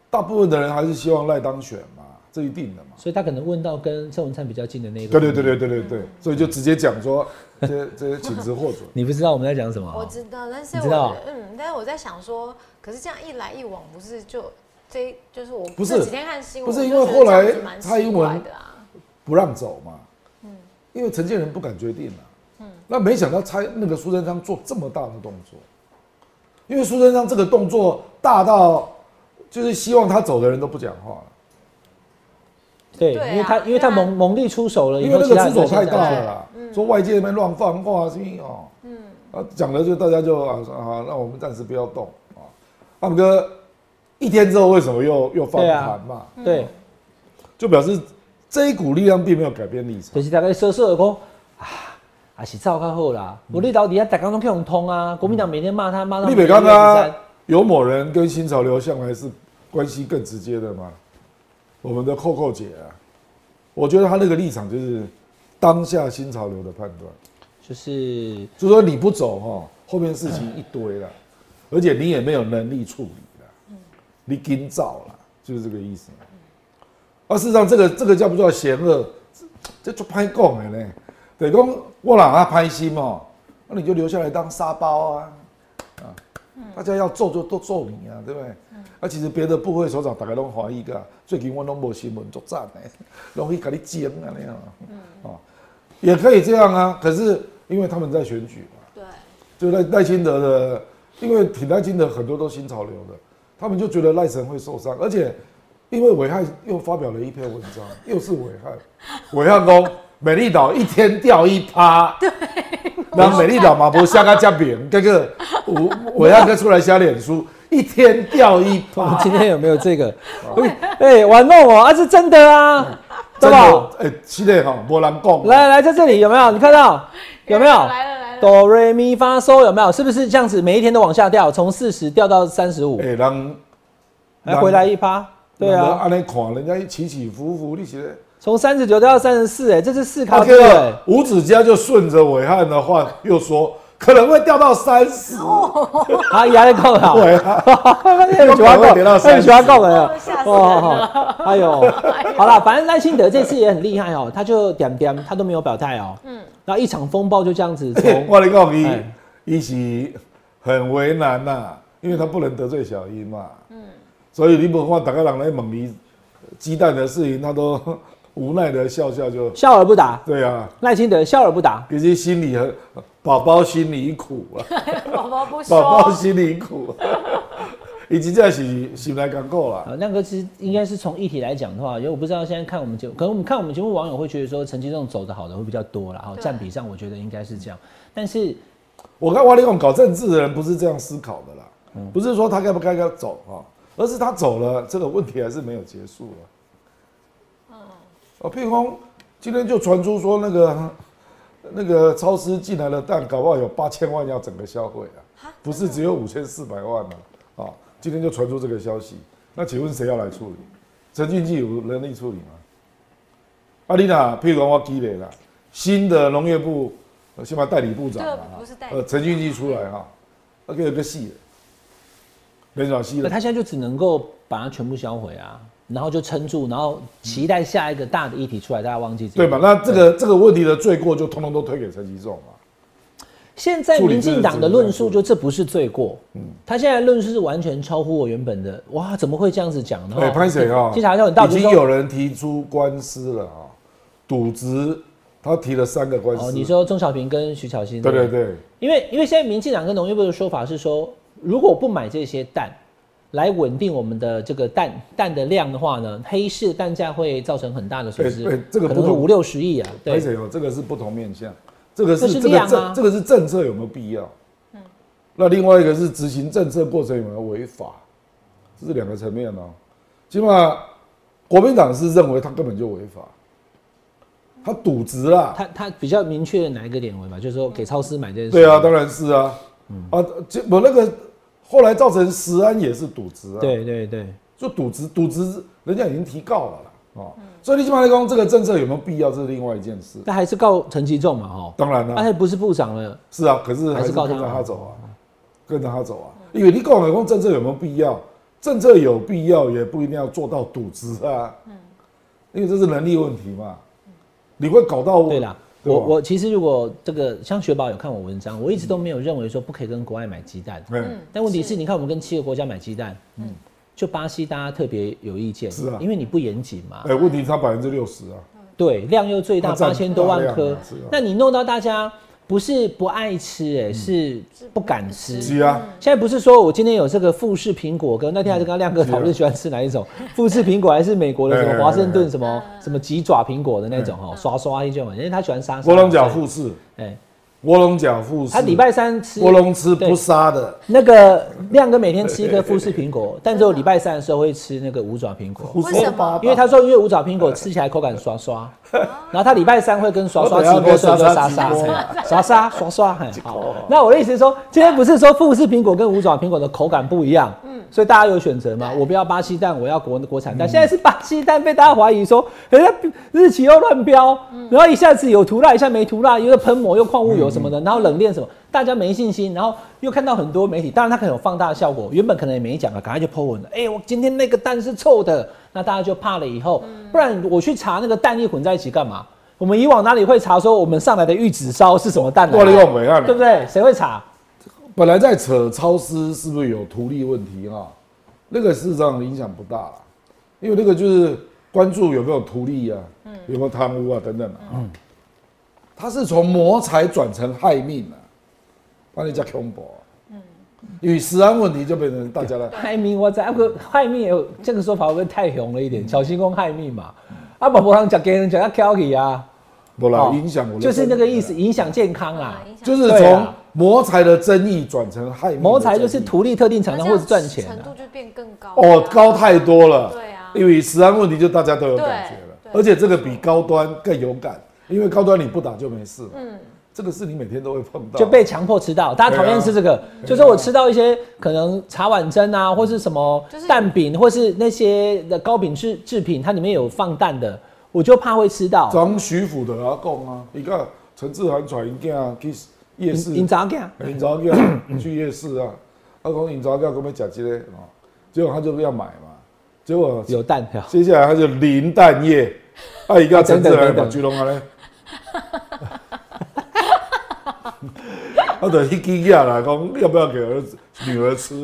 S4: 大部分的人还是希望赖当选嘛，这一定的嘛。
S2: 所以他可能问到跟郑文灿比较近的那个。
S4: 对对对对对对对，所以就直接讲说这这些请辞获准。
S2: 你不知道我们在讲什么啊、
S3: 我知道，但是
S2: 你
S3: 我
S2: 知道
S3: 嗯，但是我在想说，可是这样一来一往，不是就这就是我
S4: 不是
S3: 这几天看新闻，
S4: 不是
S3: 我就
S4: 因为
S3: 觉得
S4: 后来
S3: 这样子蛮奇
S4: 蔡英文
S3: 怪的啊，
S4: 不让走嘛，因为陈建仁不敢决定啊，那没想到蔡那个苏贞昌做这么大的动作，因为苏贞昌这个动作大到就是希望他走的人都不讲话了。
S2: 对，
S3: 对啊
S2: 因为他因为他
S3: 因为他
S2: 蒙蒙利出手了，
S4: 因为那
S2: 以后其
S4: 个
S2: 他人
S4: 出
S2: 都
S4: 手太
S2: 先
S4: 大
S2: 讲
S4: 了啦，说外界那边乱放话是因为哦，嗯，啊讲了就大家就啊说啊，那我们暂时不要动啊。阿姆哥一天之后为什么又又放
S2: 对啊
S4: 盘嘛？
S2: 对，
S4: 就表示这一股力量并没有改变立场
S2: 就。是大概说说的讲啊，啊是照较好啦，
S4: 嗯
S2: 我立到底下大家都去用通啊，国民党每天骂他骂到
S4: 立
S2: 每
S4: 北
S2: 天
S4: 刚啊
S2: 13，
S4: 有某人跟新潮流向来是关系更直接的嘛？我们的扣扣姐啊，我觉得她那个立场就是当下新潮流的判断。
S2: 就是
S4: 就说你不走哈，后面事情一堆了，而且你也没有能力处理了，你紧造了，就是这个意思。啊，事实上这个这个叫不叫邪恶？这就拍供的呢，得讲我让他拍心哦，那你就留下来当沙包啊，啊，大家要揍就都揍你啊，对不对？啊，其实别的部会首长大家都怀疑噶，最近我拢无新闻作战呢，拢去给你煎啊那样，哦，也可以这样啊，可是因为他们在选举嘛。
S3: 对，啊
S4: 就赖赖清德的，因为挺赖清德很多都新潮流的，他们就觉得赖神会受伤，而且因为伟汉又发表了一篇文章，又是伟汉，伟汉公美丽岛一天掉一趴，对，然后美丽岛嘛不下个加饼，这个我伟汉哥出来瞎脸书，一天掉一
S2: 我们
S4: 趴，
S2: 今天有没有 这个？哎，玩弄我啊，是真的啊，对吧？？
S4: 哎，是嗯的哈，没人讲，
S2: 来来，在这里有没有？你看到有没有？
S3: 来了来了，
S2: 哆瑞咪发嗦有没有？是不是这样子？每一天都往下掉，从四十掉到三十五
S4: 哎，，人
S2: 还回来一趴。对
S4: 人
S2: 啊，
S4: 安尼看人家起起伏伏，你是。啊
S2: 从三十九掉到三十四，哎，这是四
S4: 他
S2: 卡
S4: 这
S2: 对。
S4: 个五指家就顺着伟汉的话又说，可能会掉到三十。
S2: 啊，压力够了。
S4: 伟汉，
S2: 那个喜欢
S4: 啊有可能会跌到
S2: 够，那个喜欢够
S4: 哎
S2: 了
S3: 哦吓。死人
S2: 哦，哎 呦，好了，反正赖清德这次也很厉害哦，
S3: 嗯
S2: 他就点点，他都没有表态哦。嗯，然后一场风暴就这样子从
S3: 嗯
S4: 我跟你讲，一
S2: 哎
S4: 一起很为难呐、因为他不能得罪小英嘛。所以你不看大家人来问你鸡蛋的事情，他都无奈的笑笑就，
S2: 笑而不答，
S4: 对啊，
S2: 赖清德笑而不答。
S4: 其实心里很，宝宝心里苦啊。
S3: 宝宝不说，
S4: 宝宝心里苦， 已经在是心来讲过了。
S2: 啊，那个其实应该是从议题来讲的话，因为我不知道现在看我们节目，可能我们看我们节目网友会觉得说，陈其仲走的好的会比较多啦，哈，
S3: 对
S2: 占比上我觉得应该是这样。但是
S4: 我看王力宏搞政治的人不是这样思考的啦，不是说他该不该该走啊、而是他走了，这个问题还是没有结束了。哦，譬如说今天就传出说那个那个超市进来的蛋，搞不好有八千万要整个销毁啊，不是只有五千四百万啊。啊、今天就传出这个消息，那请问谁要来处理？陈俊记有能力处理吗？啊，你娜，譬如说我积累了新的农业部，呃先把代理部长嘛
S3: 这不是代理
S4: 呃，陈俊记出来哈，啊那个有个戏，没少戏
S2: 那
S4: 了。
S2: 呃他现在就只能够把它全部销毁啊，然后就撑住，然后期待下一个大的议题出来，大家忘记这
S4: 对
S2: 个
S4: 嘛？那这个这个问题的罪过就通通都推给陈吉仲嘛。
S2: 现在民进党的论述就这不是罪过，
S4: 嗯
S2: 他现在的论述是完全超乎我原本的，哇，怎么会这样子讲呢？
S4: 对，潘水啊，
S2: 稽查校你到
S4: 已
S2: 底
S4: 经
S2: 是说
S4: 有人提出官司了啊，渎职，他提了三个官司。
S2: 哦，你说钟小平跟徐巧芯
S4: 对对对，
S2: 因为因为现在民进党跟农业部的说法是说，如果不买这些蛋，来稳定我们的这个蛋蛋的量的话呢，黑市蛋价会造成很大的损失，
S4: 对对这个
S2: 可能
S4: 不
S2: 是
S4: 同
S2: 五六十亿啊。对
S4: 而，且哦，这个是不同面向，这个是
S2: 这是
S4: 这
S2: 量
S4: 个
S2: 啊嗯
S4: 政这个是政策有没有必要？那另外一个是执行政策过程有没有违法，这是两个层面哦。起码国民党是认为他根本就违法，他渎职啦。
S2: 他他比较明确哪一个点为嘛，就是说给超市买这件事。
S4: 对啊，，当然是啊。啊，这我那个后来造成食安也是渎职啊。，
S2: 对对对，
S4: 就渎职，渎职人家已经提告了啦。哦，
S2: 嗯
S4: 所以你起码来讲，这个政策有没有必要，这是另外一件事。
S2: 但还是告陈其重嘛，哈，
S4: 当然啦、
S2: 他还不是部长了，
S4: 是啊，可是
S2: 还
S4: 还
S2: 是
S4: 是
S2: 告
S4: 跟
S2: 他
S4: 着他走啊，跟着他走啊。因为你讲的讲政策有没有必要？政策有必要，也不一定要做到渎职啊。 因为这是能力问题嘛。你会搞到我
S2: 对啦。
S4: 对
S2: 我
S4: 吧
S2: 我其实如果这个像雪宝有看我文章，我一直都没有认为说不可以跟国外买鸡蛋，
S4: 嗯，
S2: 但问题是，你看我们跟七个国家买鸡蛋，嗯，就巴西大家特别有意见，
S4: 是啊
S2: 因为你不严谨嘛
S4: 哎、，问题差百分之六十啊。
S2: 对，量又最大
S4: 它占
S2: 八千多万
S4: 大
S2: 颗
S4: 量啊是啊，嗯
S2: 那你弄到大家不是不爱吃，哎，是不敢吃。
S4: 是啊，
S2: 现在不是说我今天有这个富士苹果跟那天还在跟
S4: 嗯
S2: 亮哥讨
S4: 啊
S2: 论喜欢吃哪一种，富士苹果还是美国的什么华盛顿什么什么鸡爪苹果的那
S4: 嗯
S2: 种哦，刷刷一就嘛，因为他喜欢沙沙。
S4: 卧龙角富士，
S2: 哎，
S4: 卧龙角富士，
S2: 他礼拜三吃
S4: 卧龙吃
S2: 对
S4: 不杀的
S2: 那个亮哥每天吃一个富士苹果，但只有礼拜三的时候会吃那个五爪苹
S4: 胡
S2: 果，
S3: 为什
S4: 说
S3: 么
S4: 八道
S2: 因为他说因为五爪苹果吃起来口感刷 刷，然后他礼拜三会跟刷刷
S4: 我
S2: 直
S4: 等下
S2: 播，所以就
S4: 跟
S2: 沙
S4: 莎莎
S2: 沙
S4: 直播
S2: 嘿沙沙 刷刷很
S4: 哦
S2: 好。那我的意思是说，今天不是说富士苹果跟五爪苹果的口感不一样，所以大家有选择嘛？我不要巴西蛋，我要国国
S4: 嗯
S2: 产蛋。现在是巴西蛋被大家怀疑说，人家日期又乱标，然后一下子有涂蜡，一下没涂蜡，又喷膜又矿物油什么
S4: 嗯
S2: 的，然后冷链什么，大家没信心，然后又看到很多媒体，当然它可能有放大效果，原本可能也没讲啊，赶快就 po 文了，哎、我今天那个蛋是臭的，那大家就怕了以后，不然我去查那个蛋液混在一起干嘛？我们以往哪里会查说我们上来的玉子烧是什么蛋
S4: 我
S2: 来
S4: 你
S2: 的？
S4: 讲没啊？
S2: 对不对？谁会查？
S4: 本来在扯超市是不是有图利问题啊？那个事实上影响不大啦，因为那个就是关注有没有图利啊，有没有贪污啊等等啊。它是从谋财转成害命啊，把你叫恐怖啊。与食安问题就变成大家的
S2: 害命，我在个害命也有这个说法，会不会太红了一点？小心公害命嘛，啊，宝宝让讲给人讲要 k e l 啊，
S4: 不啦
S2: 哦
S4: 影响我的
S2: 就是那个意思，
S4: 生意
S2: 影响健康啦。
S3: 影响
S4: 啊，就是
S2: 对
S4: 从
S2: 啊
S4: 谋财的争议转成害命的
S2: 谋财就
S4: 争
S2: 是
S4: 议
S2: 图利特定厂商
S3: 那这
S2: 或
S3: 样
S2: 者赚钱、
S3: 程
S2: 啊
S3: 度。就变更高了
S4: 哦，高太多了。
S3: 对啊
S4: 因为食安问题就大家都有感觉了，
S3: 对对
S4: 而且这个比高端更有感，因为高端你不打就没事嘛。
S3: 嗯
S4: 这个是你每天都会碰到。
S2: 就被强迫吃到，大
S4: 啊
S2: 家讨厌吃这个，就说我吃到一些可能茶碗蒸啊，或是什么
S3: 就是
S2: 蛋饼，或是那些的糕饼制制品，它里面有放蛋的，我就怕会吃到。
S4: 张徐府的阿公啊，你看陈志涵传一件啊，去夜市，
S2: 你咋讲？
S4: 你早 叫去夜市啊，阿公你早叫我们讲这个哦，结果他就要买嘛，结果
S2: 有蛋条。
S4: 接下来他就零蛋液，啊，一个陈志涵把巨龙啊嘞， 啊，对，一惊讶啦，讲要不要给儿子女儿吃，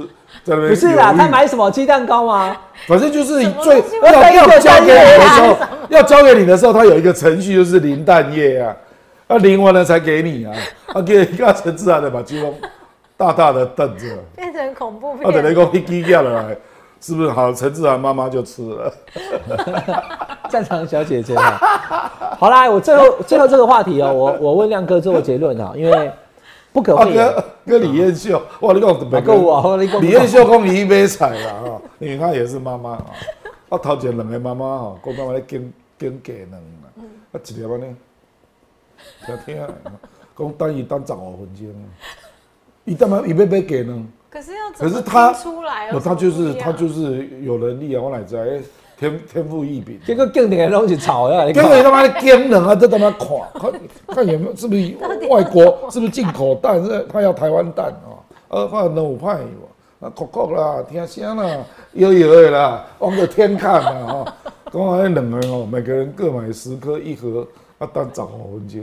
S4: 在那边
S2: 不是啦，
S4: 犹豫
S2: 他买什么鸡蛋糕吗？
S4: 反正就是
S3: 什么
S4: 最
S3: 东西
S4: 要
S2: 我
S4: 要交
S2: 蛋
S4: 给你
S2: 液
S4: 的
S2: 啊
S4: 时候，要交给你的时候，他有一个程序就是零蛋液啊，啊，淋完了才给你啊，啊，给一个陈志涵的把巨龙大大的瞪着，
S3: 变成恐怖
S4: 啊，等雷
S3: 片。
S4: 公一惊讶了来，是不是好？陈志涵妈妈就吃了。
S2: 战场小姐姐哈。好啦，我最后最后这个话题哦、我我问亮哥做个结论啊，因为不可
S4: 啊，
S2: 讳言。
S4: 跟跟李彦秀，哇，你讲每
S2: 哦啊
S4: 个
S2: 够啊我跟你讲
S4: 李彦秀讲伊买菜啦， 哈，因为他也是妈妈啊，我头前两个妈妈吼，讲讲咧经经鸡卵啦，啊一粒安尼，听听的，讲等伊等十五分钟，伊干嘛伊要买鸡卵？
S3: 可是要怎
S4: 可
S3: 么
S4: 是他
S3: 听出来啊？
S4: 他就是他就是是有能力啊，我哪知道哎天天赋异禀。
S2: 结果更顶的东西炒了，你
S4: 跟
S2: 看
S4: 你他妈的奸人啊，这他妈 垮，看看有没有是不是外国是不是进口蛋？是他要台湾蛋啊，呃，怕老派有啊，国国啦，听声啦，摇摇的啦，往个天看啦哈。刚好那两个人哦，每个人各买十颗一盒，啊，蛋涨好 分钱。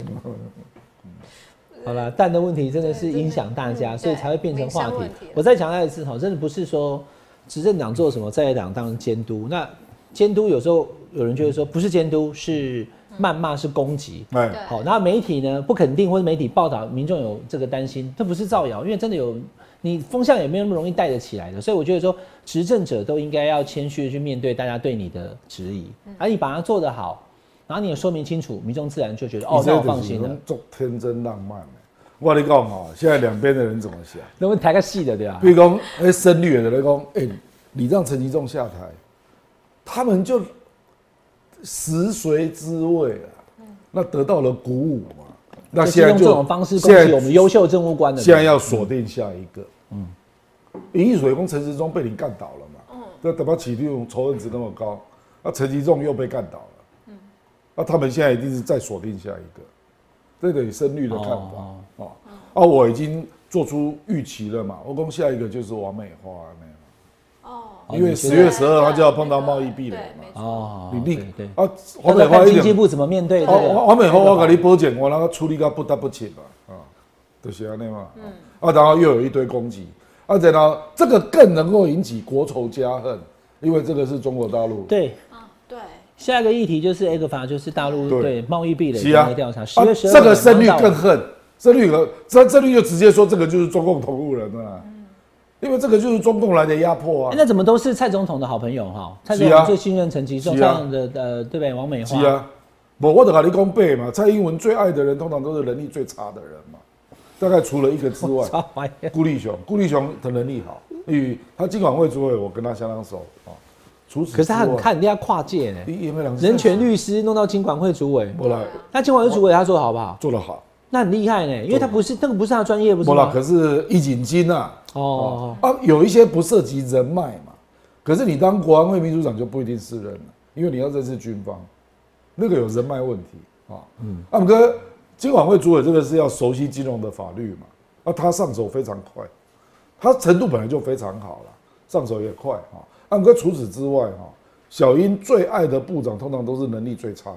S2: 好了，蛋的问题真的是影响大家，
S3: 嗯
S2: 所以才会变成话题
S3: 民生问题。
S2: 我再强调一次哈，真的不是说执政党做什么，在野党当然监督。那监督有时候有人就会说不是监督，是谩骂，是攻击。
S3: 对
S4: 哎，
S2: 好，那媒体呢不肯定或者媒体报道，民众有这个担心，这不是造谣，因为真的有你风向也没有那么容易带得起来的，所以我觉得说执政者都应该要谦虚的去面对大家对你的质疑，
S4: 嗯
S2: 而、你把它做得好，然后你也说明清楚，民众自然就觉得哦，那我放心了。
S4: 做天真浪漫的。我跟你讲哦，现在两边的人怎么想？
S2: 那我们抬个细的对吧
S4: 比？如讲，哎，深绿的人讲，哎、你让陈其仲下台，他们就食髓知味啊，那得到了鼓舞嘛。那现在
S2: 用
S4: 就
S2: 这种方式
S4: 现
S2: 攻
S4: 在
S2: 击我们优秀政务官的人，
S4: 现在要锁定下一个。嗯，饮水工陈时中被你干倒了嘛？嗯，那等到起用仇恨值那么高，那陈其仲又被干倒了。嗯，那他们现在一定是再锁定下一个，这个深绿的看法
S2: 哦
S4: 哦。啊，我已经做出预期了嘛，我讲下一个就是王美花那样，
S3: 哦，
S2: 哦
S4: 因为
S2: 你觉
S4: 十
S2: 得
S4: 月十二他就要碰到贸易壁垒
S3: 对，
S4: 嘛
S3: 没。错，
S2: 哦，
S4: 你
S2: 对
S4: 立
S2: 对。
S4: 啊，
S2: 我
S4: 王美花一
S2: 看经济
S4: 点，
S2: 部怎么面对这
S4: 哦，王
S2: 个？
S4: 王美花我给你保证，我那个处理到不得不起嘛，啊，就是安尼嘛。啊，然后又有一堆攻击，啊，然后这个更能够引起国仇家恨，因为这个是中国大陆。
S2: 对，
S3: 嗯，对，
S4: 啊
S2: 下一个议题就是 A 个法，就是大陆
S4: 对
S2: 对贸易壁垒
S4: 是
S2: 的
S4: 啊
S2: 那个调查。十
S4: 啊，
S2: 月十二，
S4: 这个深绿更恨，深绿和这深绿就直接说这个就是中共同路人啊，因为这个就是中共来的压迫
S2: 欸
S4: 啊。
S2: 那怎么都是蔡总统的好朋友哈？蔡总
S4: 是
S2: 统
S4: 啊
S2: 最信任陈其仲，
S4: 是
S2: 这
S4: 啊
S2: 样的呃，对不对？王美
S4: 是
S2: 花，
S4: 啊，我我得跟你讲背嘛，蔡英文最爱的人通常都是能力最差的人嘛，大概除了一个之外。
S2: 超怀疑
S4: 顾立雄，顾立雄的能力好，与他经管会主委，我跟他相当熟啊。除此之
S2: 可是他很
S4: 外，
S2: 看人家跨界呢，
S4: 因因为两个
S2: 人权律师弄到经管会主委，
S4: 莫拉
S2: 那经管会主委他做得好不好？
S4: 做得好，
S2: 那很厉害呢，因为他不是那个不是他的专业，不是
S4: 莫拉
S2: 吗？
S4: 可是一景金啊，
S2: 哦，
S4: 啊，有一些不涉及人脉嘛。可是你当国安会秘书长就不一定是人了，因为你要认识军方，那个有人脉问题啊。嗯，阿姆哥，金管会主委这个是要熟悉金融的法律嘛，啊，他上手非常快，他程度本来就非常好了，上手也快啊。阿姆哥，除此之外哈，小英最爱的部长通常都是能力最差的，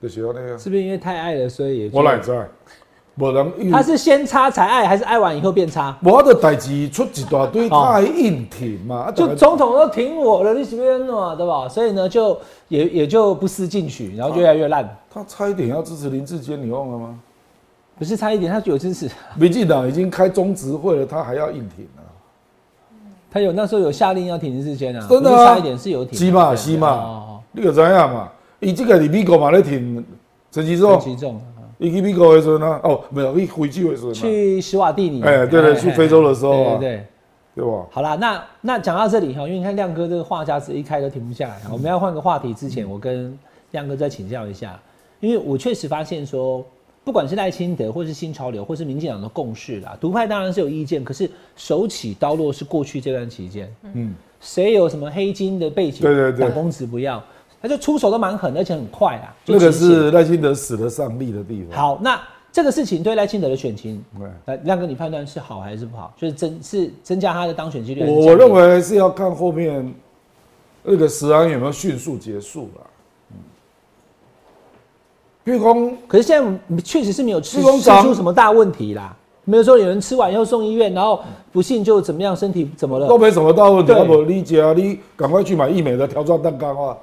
S4: 就学校那个，
S2: 是不是因为太爱了，所以也就
S4: 我哪？在，我能
S2: 他是先差才爱，还是爱完以后变差？
S4: 我的啊代志出一大堆太硬挺嘛，啊
S2: 哦就总统都挺我了，你随便弄啊，对吧？所以呢，就也也就不思进取，然后就越来越烂。
S4: 他差一点要支持林志坚，你忘了吗？
S2: 不是差一点，他有支持，
S4: 民进党已经开中执会了，他还要硬挺啊？
S2: 他有那时候有下令要停滞间啊，
S4: 真的啊
S2: 不是差一点是有停，
S4: 是嘛
S2: 对
S4: 是嘛
S2: 哦
S4: 你可知影嘛？伊这个伫美国嘛咧挺陈其
S2: 哦很，
S4: 仲
S2: 集中。
S4: 伊去美国的时候呢，哦，没有，伊回去的时候嘛，
S2: 去史瓦蒂尼，哎
S4: 哎对对去非洲的时候
S2: 对
S4: 啊
S2: 对对。
S4: 对吧？
S2: 好啦，那那讲到这里哈，因为你看亮哥这个话匣子一开都停不下来，
S4: 嗯
S2: 我们要换个话题之前，我跟亮哥再请教一下，因为我确实发现说，不管是赖清德，或是新潮流，或是民进党的共识啦，独派当然是有意见，可是手起刀落是过去这段期间，
S4: 嗯，
S2: 谁有什么黑金的背景，
S4: 对对对
S2: 打工子不要，他就出手都蛮狠，而且很快啊，就
S4: 那个
S2: 勤
S4: 是赖清德死得上力的地
S2: 俭
S4: 方。
S2: 好，那这个事情对赖清德的选情
S4: 对，
S2: 来，亮哥，你判断是好还是不好？就是增是增加他的当选几率还是降低？
S4: 我我认为是要看后面那个时安有没有迅速结束了。嗯，譬如讲
S2: 可是现在确实是没有吃
S4: 施工
S2: 吃
S4: 长
S2: 出什么大问题啦，没有说有人吃完以后送医院，然后不幸就怎么样，身体怎么了
S4: 都？没什么大问题，
S2: 呃对
S4: 要不理解啊，你赶快去买益美的条状蛋糕
S2: 哦
S4: 啊，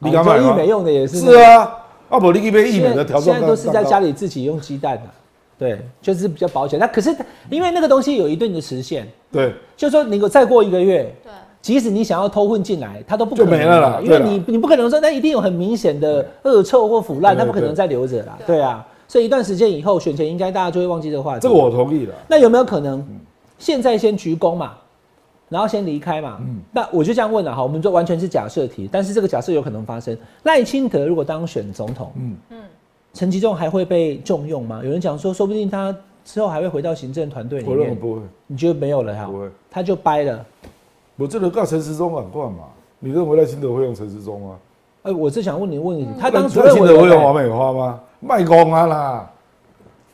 S4: 你敢买
S2: 益
S4: 吗？
S2: 美用的也是，
S4: 是，啊，要不你去买益美的条
S2: 现在
S4: 状蛋糕。
S2: 都是在家里自己用鸡蛋的、啊对，就是比较保险。那可是因为那个东西有一定的时限，
S4: 对，
S2: 就是说你再过一个月，
S3: 对，
S2: 即使你想要偷混进来，它都不可能
S4: 就没了啦
S2: 因为
S4: 对啦
S2: 你你不可能说那一定有很明显的恶臭或腐烂，
S4: 对
S2: 它不可能
S4: 对
S2: 再留着啦，
S3: 对
S2: 对啊。所以一段时间以后，选前应该大家就会忘记这个话题。
S4: 这个我同意的。
S2: 那有没有可能
S4: 嗯
S2: 现在先鞠躬嘛，然后先离开嘛？
S4: 嗯
S2: 那我就这样问了哈，我们就完全是假设题，但是这个假设有可能发生。赖清德如果当选总统，
S4: 嗯
S2: 陈其仲还会被重用吗？有人讲说，说不定他之后还会回到行政团队里
S4: 我认为
S2: 面，
S4: 不会，
S2: 你觉得没有了
S4: 不会
S2: 哈？他就掰了。
S4: 我这个告陈时中反冠嘛？你认为赖清德会用陈时中吗？
S2: 哎、我是想问你
S4: 嗯
S2: 问你，他当主
S4: 赖
S2: 任
S4: 清
S2: 委
S4: 德会
S2: 员
S4: 用王
S2: 欸，
S4: 美花吗？卖公啊啦，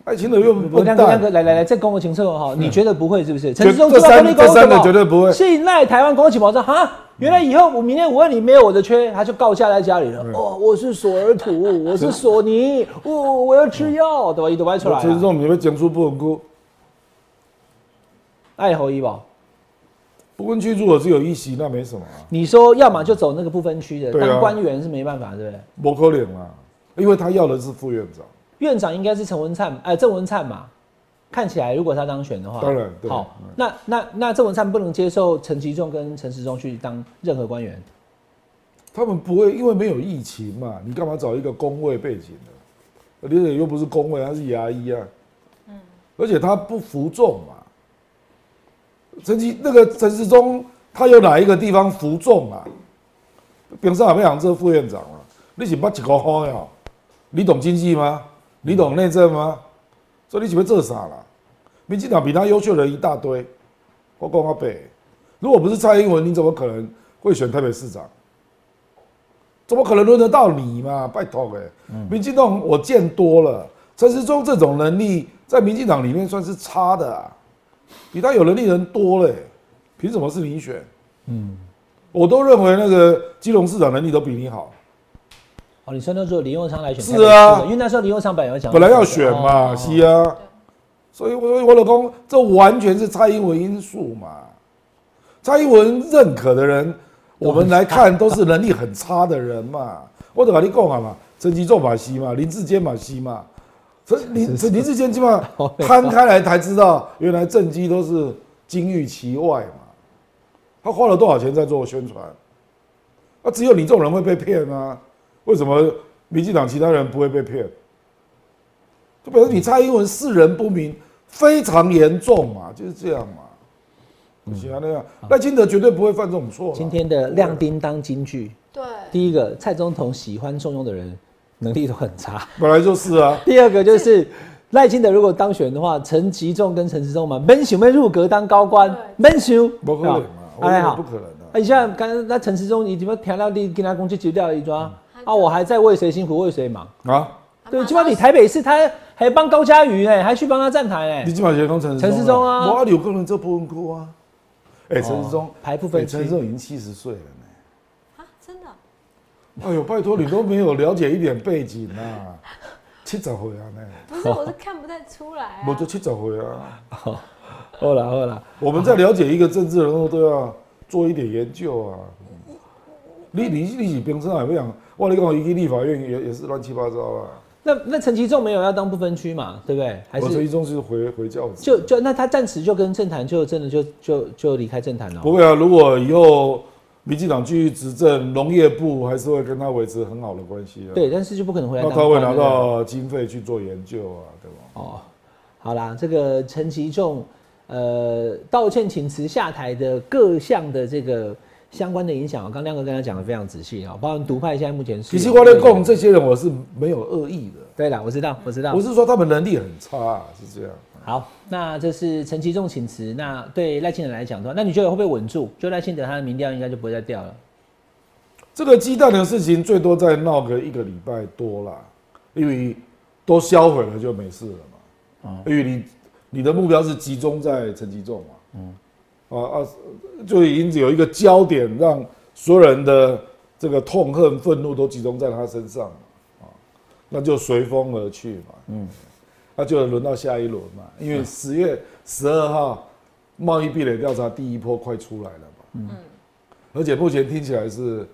S4: 赖清德又不
S2: 我
S4: 笨
S2: 亮哥亮哥
S4: 蛋。
S2: 来来来，再跟我请测哈，你觉得不会是不是？
S4: 这
S2: 陈其仲
S4: 这
S2: 做到
S4: 三
S2: 公立
S4: 这
S2: 公
S4: 三个
S2: 什么
S4: 绝对不会
S2: 信赖台湾国企保障哈，原来以后我明天五二零没有我的缺，他就告假在家里了。哦，我是索尔土，我是索尼，哦，我要吃药，对吧？一都歪出来啊
S4: 陈时
S2: 了。
S4: 中，你会讲出不稳辜？
S2: 爱侯医保，
S4: 不分区如果只有一席，那没什么啊，
S2: 你说要么就走那个不分区的，
S4: 对啊
S2: 当官员是没办法，对不对？
S4: 不可能啊，因为他要的是副院长。
S2: 院长应该是陈文灿，呃，郑文灿嘛。看起来，如果他当选的话，
S4: 当然对
S2: 好
S4: 嗯。
S2: 那那那郑文灿不能接受陈其仲跟陈时中去当任何官员，
S4: 他们不会，因为没有疫情嘛，你干嘛找一个工位背景的？而且又不是工位，他是牙医啊。而且他不服众嘛。陈其那个陈世忠，他有哪一个地方服众啊？平上海洋这副院长啊，你是捌一个好呀？你懂经济吗？你懂内政吗？所以你喜欢这啥啦？民进党比他优秀的人一大堆，我讲阿北，如果不是蔡英文，你怎么可能会选台北市长？怎么可能轮得到你嘛？拜托哎、民进党我见多了，陈时中这种能力在民进党里面算是差的、啊，比他有能力人多嘞、凭什么是你选？嗯，我都认为那个基隆市长能力都比你好，
S2: 哦，你说那时候林佑昌来选
S4: 是
S2: 台北市
S4: 啊
S2: 的因为那时候林佑昌本来要讲，
S4: 本来要选嘛，
S2: 哦
S4: 是啊，所以我我老公这完全是蔡英文因素嘛，蔡英文认可的人，我们来看都是能力很差的人嘛，我都跟你讲啊嘛，陈吉仲马西嘛，林志坚马西嘛，陈林陈林志坚起码摊开来才知道，原来政绩都是金玉其外嘛，他花了多少钱在做宣传？啊，只有你这种人会被骗啊？为什么民进党其他人不会被骗？就表示你蔡英文世人不明，非常严重嘛，就是这样嘛。不行啊，那样赖清德绝对不会犯这种错啦。
S2: 今天的亮叮当金句，
S3: 对，
S2: 第一个蔡总统喜欢重用的人，能力都很差；
S4: 本来就是啊，
S2: 第二个就是赖清德如果当选的话，陈吉仲跟陈时中嘛，闷想要入阁当高官，闷想，
S4: 不可能嘛，我
S2: 哎
S4: 认
S2: 好
S4: 为不可能
S2: 啊，
S4: 的。
S2: 你像刚刚那陈时中，你怎么调料地跟他攻击丢掉一桩
S4: 嗯
S2: 啊？我还在为谁辛苦为谁忙？
S4: 啊，
S2: 对，起码你台北市他还帮高嘉瑜哎，还去帮他站台哎
S4: 你，基本上跟陈
S2: 陈时中啊
S4: 我有个人这部分哭啊。哎，陈时中
S2: 哦排部分
S4: 哎陈时
S2: 区
S4: 中已经七十岁了呢。
S3: 啊，真的，
S4: 哎呦，拜托你都没有了解一点背景啊，七十岁啊呢，
S3: 不是，我是看不太出 来、啊。
S4: 我就七十岁啊。
S2: 好了好了，
S4: 我们在了解一个政治人物都要做一点研究啊。你你你是平常也不讲，哇，你讲一个立法院也也是乱七八糟啊。
S2: 那那陈其仲没有要当不分区嘛，对不对？还
S4: 我陈
S2: 是
S4: 一中是回回教子，
S2: 就就那他暂时就跟政坛就真的就就就离开政坛了哦
S4: 不。会啊。如果以后民进党继续执政，农业部还是会跟他维持很好的关系啊。，
S2: 对，但是就不可能回来
S4: 那
S2: 当
S4: 他
S2: 官。
S4: 会拿
S2: 对不对
S4: 到经费去做研究啊，对吧？
S2: 哦，好啦，这个陈其仲呃道歉请辞下台的各项的这个相关的影响，哦刚亮哥跟他讲的非常仔细啊，包含独派现在目前是
S4: 其
S2: 有
S4: 实我在
S2: 这个
S4: 讲这些人，我是没有恶意的，
S2: 对啦，我知道，我知道
S4: 我。是说他们能力很差、啊，是这样。
S2: 好，那这是陈其仲请辞，那对赖清德来讲的话，那你觉得会不会稳住？就赖清德他的民调应该就不会再掉了。
S4: 这个鸡蛋的事情最多再闹个一个礼拜多啦，因为都销毁了就没事了嘛。因为你你的目标是集中在陈吉仲嘛，嗯，啊啊，就已经有一个焦点，让所有人的这个痛恨、愤怒都集中在他身上嘛，啊，那就随风而去嘛，嗯，那就轮到下一轮嘛，因为十月十二号贸易壁垒调查第一波快出来了嘛，嗯，而且目前听起来是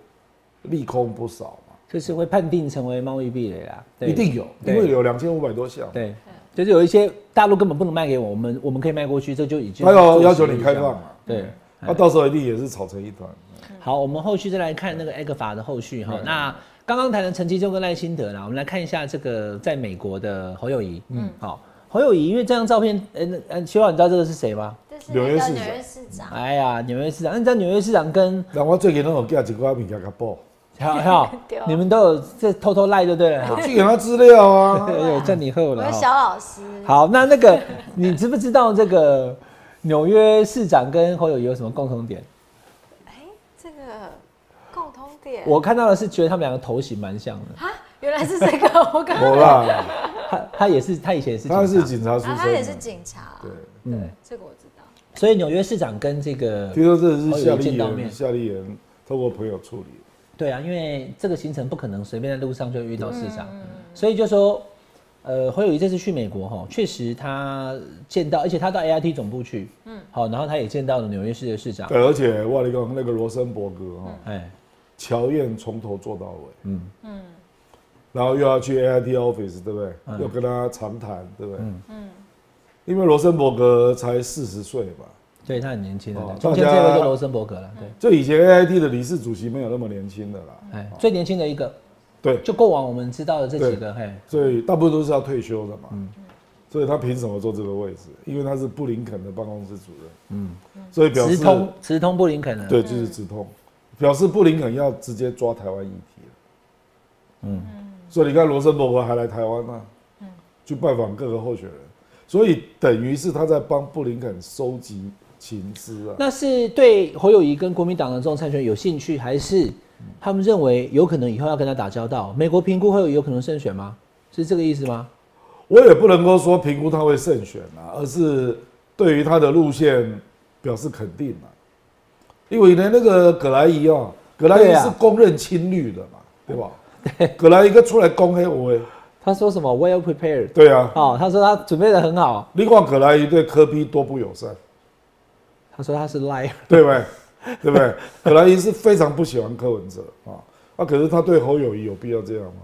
S4: 利空不少嘛，
S2: 就是会判定成为贸易壁垒啦，对
S4: 一定有，因
S2: 对
S4: 为有两千五百多项，
S2: 对，就是有一些大陆根本不能卖给我，我们我们可以卖过去，这就已经
S4: 他要
S2: 做
S4: 要求
S2: 实
S4: 你
S2: 力
S4: 开
S2: 了
S4: 放嘛，嗯
S2: 对。哎
S4: 那到时候一定也是吵成一团。
S2: 好，我们后续再来看那个 A 克法的后续哈。那刚刚谈的陈其就跟赖清德啦，我们来看一下这个在美国的侯友谊。嗯，好，侯友谊因为这张照片，呃那呃，徐老，你知道这个是谁吗？
S3: 这是
S4: 纽
S3: 那
S4: 约
S3: 个
S4: 市
S3: 纽
S4: 长
S3: 约市长，
S2: 哎呀，纽约市长，那你知道纽约市长 跟
S4: 那我最近都有寄一寡物件给 报，
S2: 好好
S3: 对啊，
S2: 你们都有这偷偷赖就 对了哈。
S4: 寄给他资 料啊。
S2: 有有占你后
S3: 我
S2: 了
S3: 的
S2: 哈。
S3: 小老师，
S2: 好，那那个你知不知道这个纽约市长跟侯友谊有什么共同点？
S3: 哎、这个共通点
S2: 我看到的是觉得他们两个头型蛮像的。
S3: 啊，原来是这个，我刚
S4: 我
S3: 刚
S4: 啦，
S2: 他他也是他以前也是警察
S4: 他是警察出
S3: 啊，
S4: 身，
S3: 他也是警察，
S4: 对，嗯
S3: 对，这个我知道。
S2: 所以纽约市长跟这个
S4: 听说这是夏
S2: 哦有见
S4: 立
S2: 到面
S4: 言，夏立言透过朋友处理。
S2: 对啊，因为这个行程不可能随便在路上就遇到市长，所以就说呃，侯友谊这次去美国哈，确实他见到，而且他到 AIT 总部去，嗯，好，然后他也见到了纽约市的市长，
S4: 对，而且哇，你讲那个罗森伯格哈、哦，
S2: 哎，
S4: 乔燕从头做到尾，嗯嗯，然后又要去 AIT office，对不对？又跟他长谈，对不对？嗯因为罗森伯格才四十岁嘛，
S2: 对他很年轻的
S4: 哦，
S2: 中间
S4: 大
S2: 这
S4: 家
S2: 位就罗森伯格了，对，
S4: 就以前 AIT 的理事主席没有那么年轻的啦，
S2: 哎，最年轻的一个，
S4: 对，
S2: 就过往我们知道的这几个，嘿，
S4: 所以大部分都是要退休的嘛，所以他凭什么坐这个位置？因为他是布林肯的办公室主任，嗯，所以表
S2: 直
S4: 示
S2: 通直通布林肯了，
S4: 对，就是直通，表示布林肯要直接抓台湾议题嗯，所以你看罗森伯格还来台湾呢、去拜访各个候选人，所以等于是他在帮布林肯收集情资啊。
S2: 那是对侯友谊跟国民党的这种参选有兴趣，还是他们认为有可能以后要跟他打交道？美国评估会有有可能胜选吗？是这个意思吗？
S4: 我也不能够说评估他会胜选啊，而是对于他的路线表示肯定啊。因为呢，那个葛莱仪啊，葛莱
S2: 对
S4: 仪
S2: 啊
S4: 是公认亲绿的嘛，对吧？葛莱仪跟出来攻黑我黑，
S2: 他说什么 well prepared？
S4: 对啊。
S2: 哦，他说他准备的很好，
S4: 另外，葛莱仪对科比多不友善，
S2: 他说他是 liar。
S4: 对不对？对不对？葛莱仪是非常不喜欢柯文哲啊，啊，可是他对侯友谊有必要这样吗？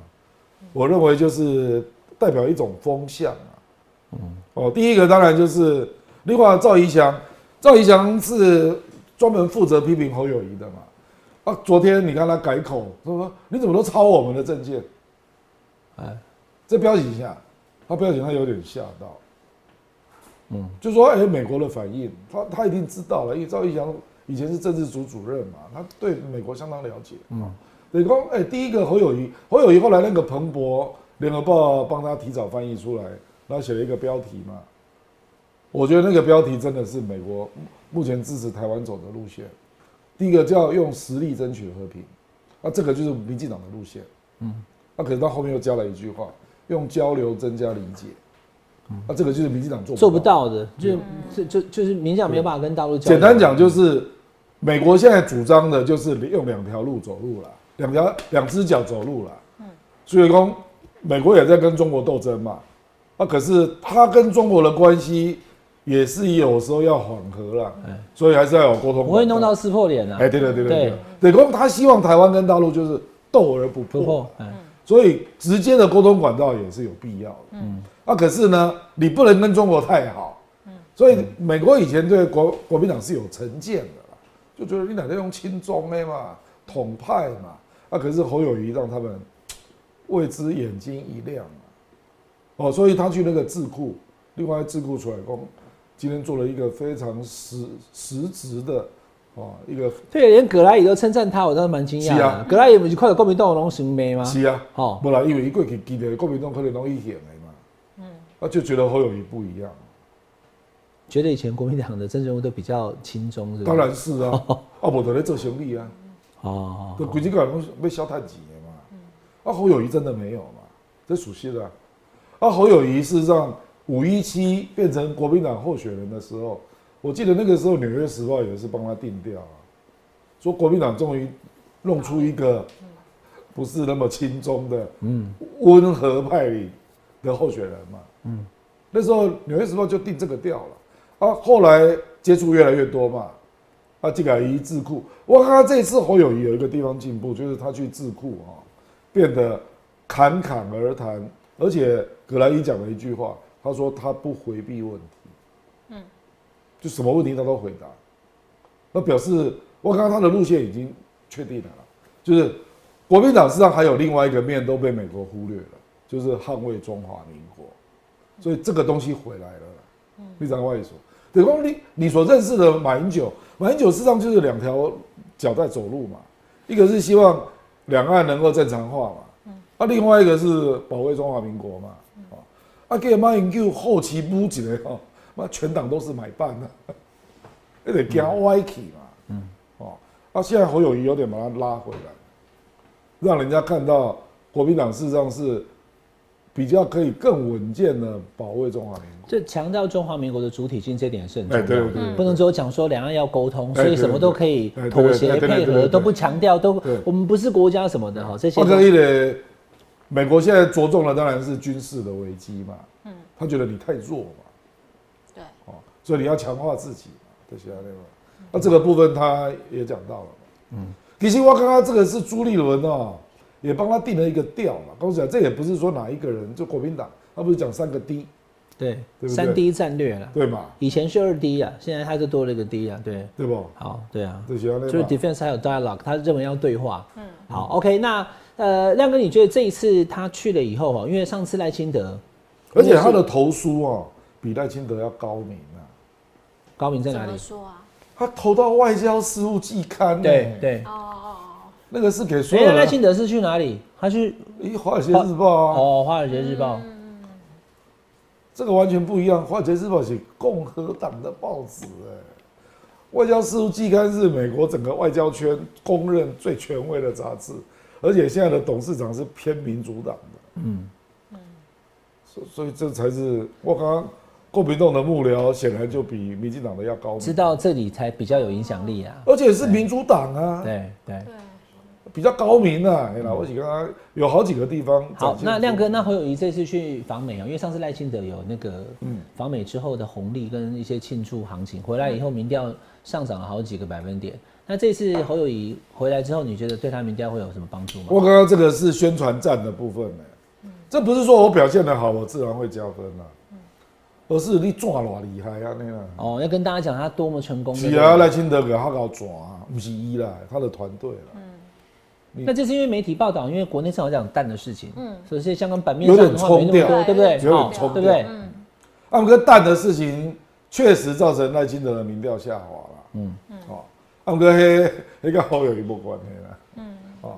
S4: 我认为就是代表一种风向啊。哦，第一个当然就是，另外赵怡翔，赵怡翔是专门负责批评侯友谊的嘛。啊，昨天你看他改口说，你怎么都抄我们的证件？
S2: 哎，
S4: 这标题一下，他标题他有点吓到，嗯，就说哎、美国的反应，他他一定知道了，因为赵一翔以前是政治组主任嘛，他对美国相当了解，嗯，等于说哎，第一个侯友谊，侯友谊后来那个彭博联合报帮他提早翻译出来，然后写了一个标题嘛，我觉得那个标题真的是美国目前支持台湾走的路线，第一个叫用实力争取和平，那、这个就是民进党的路线。那、可是他后面又加了一句话，用交流增加理解。那、这个就是民进党做
S2: 做不
S4: 到。
S2: 到的，就就就就是民进党没有办法跟大陆交流嗯
S4: 简单，讲就是，美国现在主张的就是用两条路走路啦，两条两只脚走路啦。所以说美国也在跟中国斗争嘛。那、可是他跟中国的关系也是有时候要缓和啦，所以还是要有沟通管道。
S2: 我哎会弄到撕破脸啊
S4: 哎、，对对对对
S2: 对
S4: 对，对，公他希望台湾跟大陆就是斗而不
S2: 突
S4: 破
S2: 破。，哎，
S4: 所以直接的沟通管道也是有必要的。嗯，那、可是呢，你不能跟中国太好。所以美国以前对国国民党是有成见的啦，就觉得你哪天用亲中的嘛，统派嘛。那、可是侯友谊让他们为之眼睛一亮啊。哦，所以他去那个智库，另外智库出来公今天做了一个非常实实质的哦一个
S2: 对，连葛莱也都称赞他，我倒是蛮惊讶
S4: 是
S2: 的
S4: 啊。
S2: 葛莱也不是快乐国民党龙行没吗？
S4: 是啊，
S2: 哦
S4: 不然因为一过去记得国民党可能拢一选的嘛，嗯，啊就觉得侯友谊不一样，
S2: 觉得以前国民党的政治人物都比较轻松，是吧？
S4: 当然是啊，啊无就咧做生意啊，
S2: 哦，
S4: 就规矩讲要小趁钱的嘛，啊侯友谊真的没有嘛，这属实的啊，啊侯友谊是让五一七变成国民党候选人的时候，我记得那个时候《纽约时报》也是帮他定调啊，说国民党终于弄出一个不是那么轻松的，嗯，温和派里的候选人嘛，嗯，那时候《纽约时报》就定这个调了，啊，后来接触越来越多嘛，啊，这个一智库，我看他这次侯友谊有一个地方进步，就是他去智库啊、变得侃侃而谈，而且葛莱伊讲了一句话，他说他不回避问题，嗯，就什么问题他都回答，那表示我看他的路线已经确定了啦，就是国民党实际上还有另外一个面都被美国忽略了，就是捍卫中华民国，所以这个东西回来了啦，你讲外说，等于说你你所认识的马英九，马英九事实上就是两条脚在走路嘛，一个是希望两岸能够正常化嘛，啊，另外一个是保卫中华民国嘛，啊，啊，给马英九后期补起来哦，妈全党都是买办啊，那得惊歪去嘛，嗯，哦，啊，现在侯友谊有点把他拉回来，让人家看到国民党事实上是比较可以更稳健的保卫中华民国。
S2: 就强调中华民国的主体性这点是很重
S4: 哎
S2: 要
S4: 对
S2: 的
S4: 对对，
S3: 嗯
S2: 不能只有讲说两岸要沟通，
S4: 哎
S2: 所以什么都可以妥协
S4: 对对对对对对
S2: 配
S4: 对对
S2: 合，
S4: 对
S2: 都不强调，都
S4: 对哦
S2: 我们不是国家什么的哈，这些
S4: 我
S2: 都
S4: 跟迄个美国现在着重的当然是军事的危机嘛，嗯，他觉得你太弱嘛，
S3: 对，
S4: 哦，所以你要强化自己嘛，这些内容。那这个部分他也讲到了，嗯，其实我刚刚这个是朱立伦哦，也帮他定了一个调嘛。刚才讲这也不是说哪一个人，就国民党，他不是讲三个 D
S2: 对，
S4: 对不对
S2: 三 D 战略了，
S4: 对嘛，
S2: 以前是二 D 啊，现在它就多了一个 D 啊，对，
S4: 对不？
S2: 好，对啊，
S4: 这些内容
S2: 就是 defense 还有 dialogue，他认为要对话。嗯，好，OK，那呃，亮哥，你觉得这一次他去了以后哈，因为上次赖清德
S4: 而且他的投诉哦，比赖清德要高明啊，
S2: 高明在
S3: 怎
S2: 哪里
S3: 么？说啊？
S4: 他投到外交事务季刊、
S2: 对，对，
S3: 哦哦
S4: 那个是给
S2: 所
S4: 所
S2: 以
S4: 有
S2: 赖
S4: 人。
S2: 清德是去哪里？他去
S4: 咦，华尔街日报啊，
S2: 哦，《华尔街日报》
S4: 这个完全不一样。华尔街日报是共和党的报纸、哎，外交事务季刊是美国整个外交圈公认最权威的杂志，而且现在的董事长是偏民主党的。嗯所所以这才是我刚刚国民党的幕僚显然就比民进党的要高明
S2: 知道这里才比较有影响力啊。
S4: 而且是民主党啊，
S2: 对对
S3: 哦，，对，
S4: 比较高明啊。哎啦，我刚刚有好几个地方展现出。
S2: 好，那亮哥，那侯友谊这次去访美啊、因为上次赖清德有那个
S4: 嗯
S2: 访美之后的红利跟一些庆祝行情，回来以后民调上涨了好几个百分点。那这次侯友谊回来之后，你觉得对他民调会有什么帮助吗？
S4: 我刚刚这个是宣传战的部分呢、这不是说我表现的好，我自然会加分啦、而是你抓偌厉害啊，那啦。
S2: 哦，要跟大家讲他多么成功。
S4: 是
S2: 对不
S4: 啊，
S2: 对
S4: 赖清德给他搞抓、啊，不是一啦，他的团队啦，
S2: 那这是因为媒体报道，因为国内上有这样淡的事情，嗯，所以现在相关版面
S4: 有
S2: 上
S4: 点
S2: 的话没那么
S4: 冲
S2: 多，
S4: 掉
S2: 对不对？
S4: 有点
S2: 哦
S4: 冲
S2: 对不对？
S4: 他们跟啊蛋的事情确实造成赖清德的民调下滑啦。嗯嗯，哦，他们跟黑黑跟侯友谊没关系啦。嗯，哦，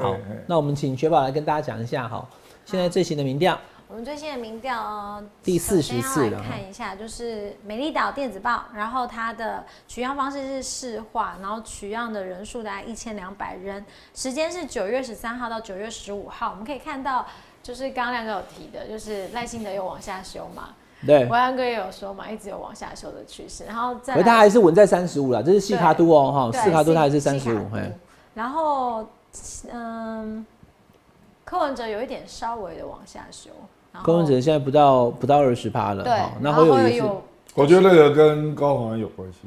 S2: 好
S4: 嘿，嘿
S2: 那我们请雪宝来跟大家讲一下哈，现在最新的民调，
S3: 我们最新的民调呃
S2: 第
S3: 首先
S2: 44
S3: 要
S2: 了
S3: 来看一下，就是美丽岛电子报，然后它的取样方式是市话，然后取样的人数大概一千两百人，时间是九月十三号到九月十五号。我们可以看到，就是刚刚亮哥有提的，就是赖幸德有往下修嘛，
S2: 对
S3: 国，安哥也有说嘛，一直有往下修的趋势，然后再
S2: 而他
S3: 来
S2: 还是稳在三十五啦，这是西卡都哦哈，
S3: 对
S2: 西卡都他还是
S3: 西
S2: 三十
S3: 西
S2: 五
S3: 卡，都
S2: 嘿，
S3: 然后嗯，柯文哲有一点稍微的往下修，然后
S2: 柯文哲现在不到不到二十趴了，
S3: 对
S2: 哈，那
S3: 然
S2: 侯
S3: 后
S2: 友
S3: 侯友
S2: 谊
S3: 宜
S2: 是，
S3: 有
S4: 我觉得那个跟高虹安有关系。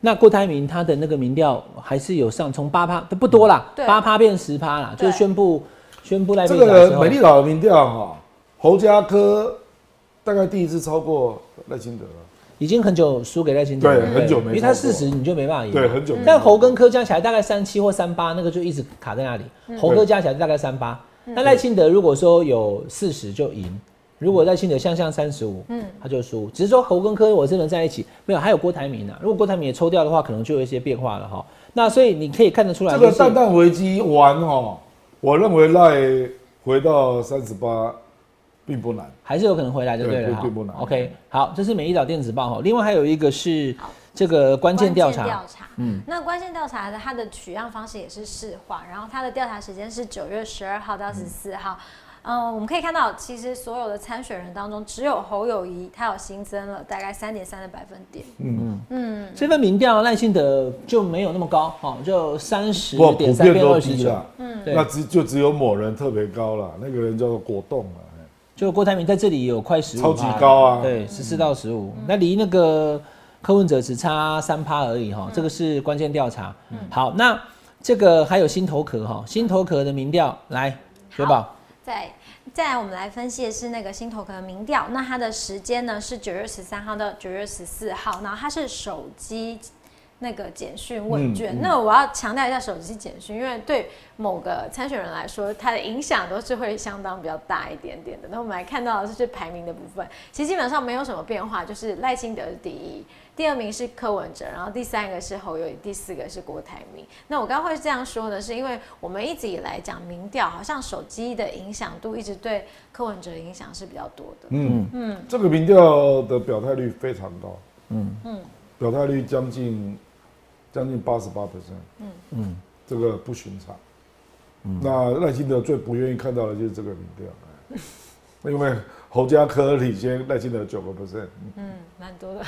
S2: 那郭台铭他的那个民调还是有上，从八趴不不多啦，
S3: 对
S2: 八趴变十趴啦，就
S3: 对
S2: 是宣布宣布赖
S4: 这
S2: 佩霞的时
S4: 个
S2: 候
S4: 美，丽岛的民调哈，侯家科大概第一次超过赖清德了。
S2: 已经很久输给赖清德了，
S4: 对很久没
S2: 因为他
S4: 超过
S2: 四十你就没办法赢，
S4: 对，很久没有。
S2: 但猴跟柯加起来大概三七或三八，那个就一直卡在那里。猴柯加起来大概三八，那赖清德如果说有四十就赢，如果赖清德像像三十五，嗯，他就输。只是说猴跟柯我真的在一起，没有还有郭台铭啊。如果郭台铭也抽掉的话，可能就有一些变化了哈。那所以你可以看得出来，
S4: 这
S2: 就
S4: 个
S2: 是
S4: 蛋蛋危机完哦，我认为赖回到三十八并不难。
S2: 还是有可能回来，对不对
S4: 对
S2: 了？
S4: 对不难
S2: OK，好，这是美一岛电子报哈。另外还有一个是这个关键调查，
S3: 嗯，那关键调查的它的取样方式也是市化，然后它的调查时间是九月十二号到十四号。嗯、我们可以看到，其实所有的参选人当中，只有侯友谊他有新增了大概三点三的百分点。
S4: 嗯，
S2: 这份民调赖清德就没有那么高，哈，就三十
S4: 不
S2: 点
S4: 普
S2: 三
S4: 遍
S2: 变
S4: 都
S2: 二十
S4: 低
S2: 九。
S4: 了。嗯，
S2: 对
S4: 那只就只有某人特别高了，那个人叫做果冻了。哎
S2: 就郭台铭在这里有快十五，
S4: 超级高啊
S2: 对，十四到十五、那离那个柯文哲只差三趴而已哈，这个是关键调查。好，那这个还有新头壳哈，新头壳的民调来，雪宝，
S3: 再再来，我们来分析的是那个新头壳的民调，那它的时间呢是九月十三号到九月十四号，然后它是手机那个简讯问卷。那我要强调一下手机简讯，因为对某个参选人来说，它的影响都是会相当比较大一点点的。那我们来看到的是排名的部分，其实基本上没有什么变化，就是赖清德是第一，第二名是柯文哲，然后第三个是侯友宜，第四个是郭台铭。那我刚刚会这样说呢，是因为我们一直以来讲民调，好像手机的影响度一直对柯文哲的影响是比较多的。
S4: 嗯嗯，这个民调的表态率非常高。嗯嗯，表态率将近将近八十八 percent。嗯嗯，这个不寻常。
S2: 嗯
S4: 那赖清德最不愿意看到的就是这个民 调，哎因为侯家科领先赖清德九个 percent。
S3: 嗯，蛮多的。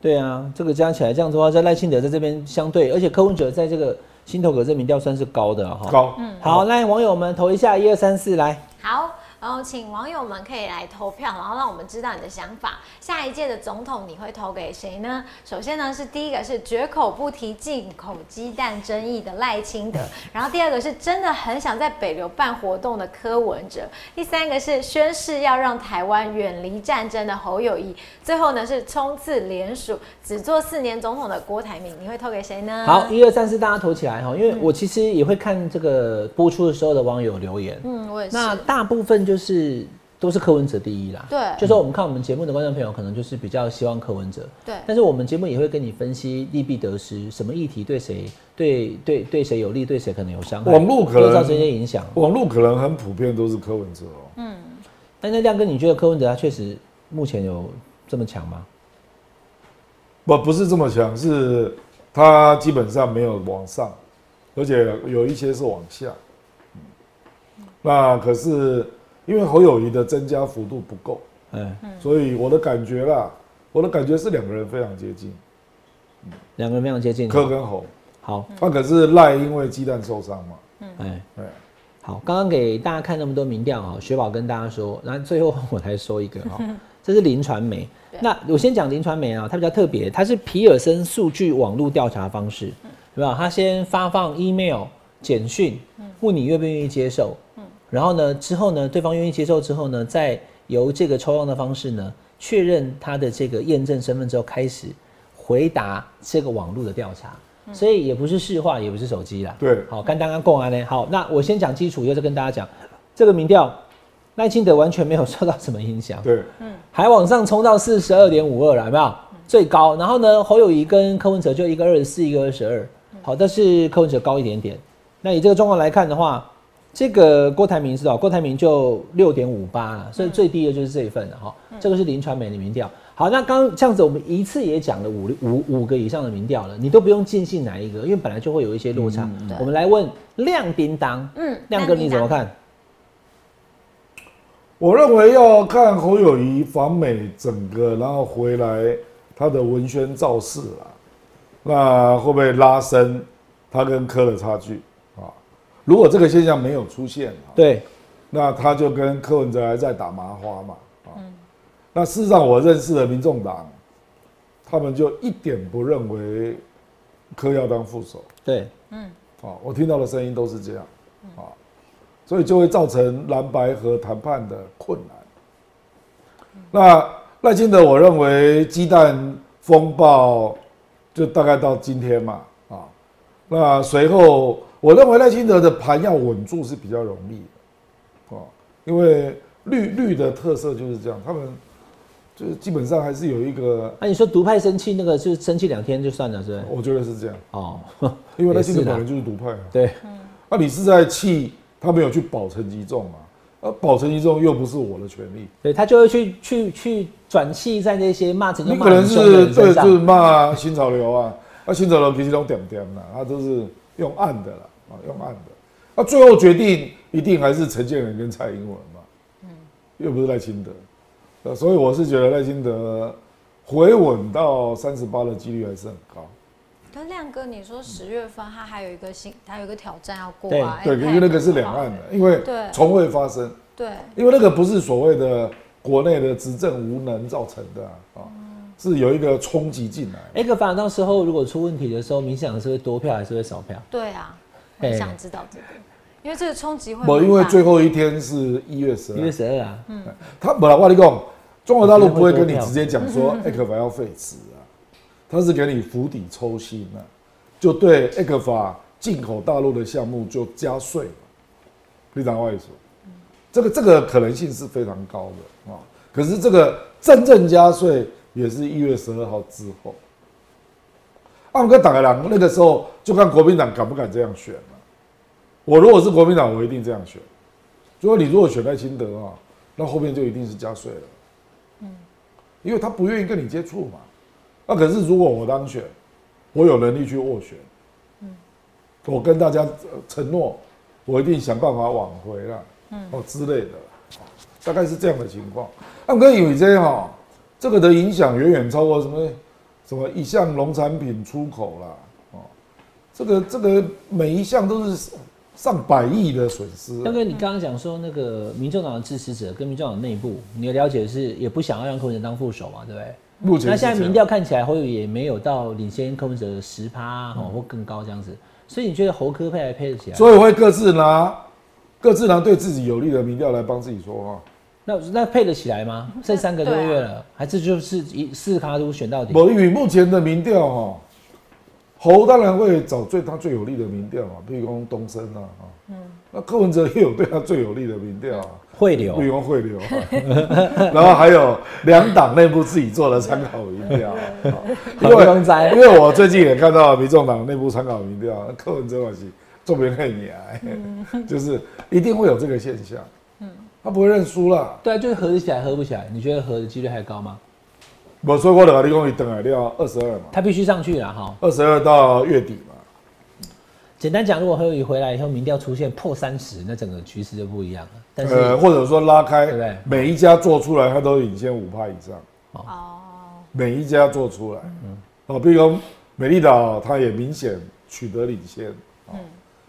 S2: 对啊，这个加起来这样子的话，在赖清德在这边相对，而且柯文哲在这个新投可这民调算是高的哈、
S4: 高，
S2: 好，来网友们投一下，一二三四，来，
S3: 好，然后请网友们可以来投票，然后让我们知道你的想法。下一届的总统你会投给谁呢？首先呢是第一个是绝口不提进口鸡蛋争议的赖清德，然后第二个是真的很想在北流办活动的柯文哲，第三个是宣誓要让台湾远离战争的侯友谊，最后呢是冲刺联署只做四年总统的郭台铭，你会投给谁呢？
S2: 好，一二三四，大家投起来哈，因为
S3: 嗯
S2: 我其实也会看这个播出的时候的网友留言，
S3: 嗯，我也是。
S2: 那大部分就是都是柯文哲第一啦。
S3: 对
S2: 就说我们看我们节目的观众朋友，可能就是比较希望柯文哲。
S3: 对
S2: 但是我们节目也会跟你分析利弊得失，什么议题对谁对对对谁有利，对谁可能有伤害，
S4: 网络可能
S2: 都造成一些影响。
S4: 网络可能很普遍都是柯文哲哦、
S2: 但那亮哥，你觉得柯文哲他确实目前有这么强吗？
S4: 不不是这么强，是它基本上没有往上，而且有一些是往下。嗯那可是因为侯友谊的增加幅度不够，
S2: 嗯，
S4: 所以我的感觉啦，我的感觉是两个人非常接近，
S2: 两个人非常接近。
S4: 柯跟侯。
S2: 好，
S4: 那可是赖因为鸡蛋受伤嘛，
S2: 哎。
S4: 对，
S2: 好，刚刚给大家看那么多民调哈，雪宝跟大家说，那最后我来说一个哈，这是林传媒。那我先讲林传媒啊，它比较特别，它是皮尔森数据网络调查方式，对吧？它先发放 email、简讯，问你愿不愿意接受，然后呢，之后呢，对方愿意接受之后呢，再由这个抽样的方式呢，确认他的这个验证身份之后，开始回答这个网络的调查。所以也不是市话，也不是手机啦。
S4: 对
S2: 好，跟刚刚共安呢。好，那我先讲基础，又再跟大家讲这个民调，赖清德完全没有受到什么影响。
S4: 对，
S2: 还往上冲到四十二点五二了，有没有？最高。然后呢，侯友谊跟柯文哲就一个二十四，一个二十二。好，但是柯文哲高一点点。那以这个状况来看的话，这个郭台铭知道，郭台铭就六点五八了，所以最低的就是这一份了哈。这个是林传媒的民调。好，那刚这样子，我们一次也讲了五五五个以上的民调了，你都不用尽信哪一个，因为本来就会有一些落差。我们来问亮叮当，
S3: 嗯
S2: 亮哥你怎么？看？
S4: 我认为要看侯友谊访美整个，然后回来他的文宣造势啊，那会不会拉升他跟柯的差距啊？如果这个现象没有出现啊，
S2: 对，
S4: 那他就跟柯文哲还在打麻花嘛啊。那事实上，我认识的民众党，他们就一点不认为柯要当副手。
S2: 对，
S4: 啊，我听到的声音都是这样，啊，所以就会造成蓝白和谈判的困难。那赖清德，我认为鸡蛋风暴就大概到今天嘛，啊，那随后我认为赖清德的盘要稳住是比较容易的，啊，因为绿绿的特色就是这样，他们就是基本上还是有一个，
S2: 啊那、你说独派生气那个，就是生气两天就算了，是不是？
S4: 我觉得是这样，
S2: 哦，
S4: 因为赖清德
S2: 也是啦
S4: 本来就是独派啊。
S2: 对，
S4: 那、你是在气他没有去保陈吉仲嘛？而保陈吉仲又不是我的权利，
S2: 对他就会去去去转气在那些骂陈就
S4: 你
S2: 骂
S4: 可能
S2: 很凶的
S4: 是
S2: 人
S4: 对，
S2: 身
S4: 就是
S2: 上。
S4: 骂新潮流啊，那、新潮流其实都点点啦，他都是用暗的啦，啊，用暗的。那、最后决定一定还是陈建仁跟蔡英文嘛，又不是赖清德，呃，所以我是觉得赖清德回稳到三十八的几率还是很高。
S3: 可是亮哥，你说十月份他还有一个新，他有一个挑战要过
S2: 对
S3: 啊，
S4: 对，因为那个是两岸的，因为
S3: 对
S4: 从未发生。
S3: 对，
S4: 因为那个不是所谓的国内的执政无能造成的啊，啊是有一个冲击进来。
S2: 哎，可反而到时候如果出问题的时候，民进党是会多票还是会少票？
S3: 对啊，我
S2: 哎
S3: 很想知道这个，因为这个冲击会
S4: 我
S3: 很
S4: 因为
S3: 大
S4: 最后一天是一月十
S2: 一月
S4: 二，
S2: 十二啊，
S3: 嗯
S4: 他本来我跟你讲，中国大陆
S2: 我觉得
S4: 不会
S2: 会
S4: 跟你
S2: 多票
S4: 直接讲说艾克法要废止啊，他是给你釜底抽薪啊，就对艾克法进口大陆的项目就加税嘛，非常外说，这个这个可能性是非常高的啊。可是这个真正加税也是一月十二号之后。啊，我跟党开郎那个时候就看国民党敢不敢这样选了、我如果是国民党，我一定这样选。就说你如果选赖清德啊，那后面就一定是加税了。
S2: 嗯
S4: 因为他不愿意跟你接触嘛。那可是如果我当选，我有能力去斡旋，
S2: 嗯
S4: 我跟大家呃承诺，我一定想办法挽回了，
S2: 嗯
S4: 哦之类的，哦大概是这样的情况。那我跟有些哈，这个的影响远远超过什么什么一项农产品出口啦，哦，这个这个每一项都是上百亿的损失啊
S2: 亮。哥，你刚刚讲说那个民众党的支持者跟民众党内部，你的了解是也不想要让柯文哲当副手嘛，对不对？
S4: 目前
S2: 那
S4: 是这
S2: 现在
S4: 样
S2: 民调看起来侯友宜也没有到领先柯文哲十趴哦或更高这样子，所以你觉得侯科配还配得起来？
S4: 嗯所以会各自拿各自拿对自己有利的民调来帮自己说话。
S2: 那那配得起来吗？剩三个多
S3: 对啊
S2: 月了，还是就是一四卡都选到底？
S4: 我与目前的民调哈，侯当然会找对他最有利的民调啊，譬如说东升啊，嗯，那柯文哲也有对他最有利的民调啊，
S2: 会
S4: 譬如
S2: 流
S4: 说汇流啊，然后还有两党内部自己做的参考民调啊，
S2: 好不用栽
S4: 因为我最近也看到民众党内部参考民调，啊柯文哲也是重别看你啊， 就是一定会有这个现象，他不会认输啦。
S2: 对啊，就是合得起来合不起来，你觉得合的几率还高吗？
S4: 我说过了，你讲你等来料二十二嘛，
S2: 他必须上去了啊哈。
S4: 二十二到月底嘛，
S2: 简单讲，如果侯友宜回来以后民调出现破三十，那整个局势就不一样了。但是、
S4: 呃，或者说拉开，
S2: 对不对
S4: 每一家做出来，它都领先五趴以上，
S3: 哦，
S4: 每一家做出来，
S2: 嗯
S4: 哦，比如说美丽岛，它也明显取得领先，嗯，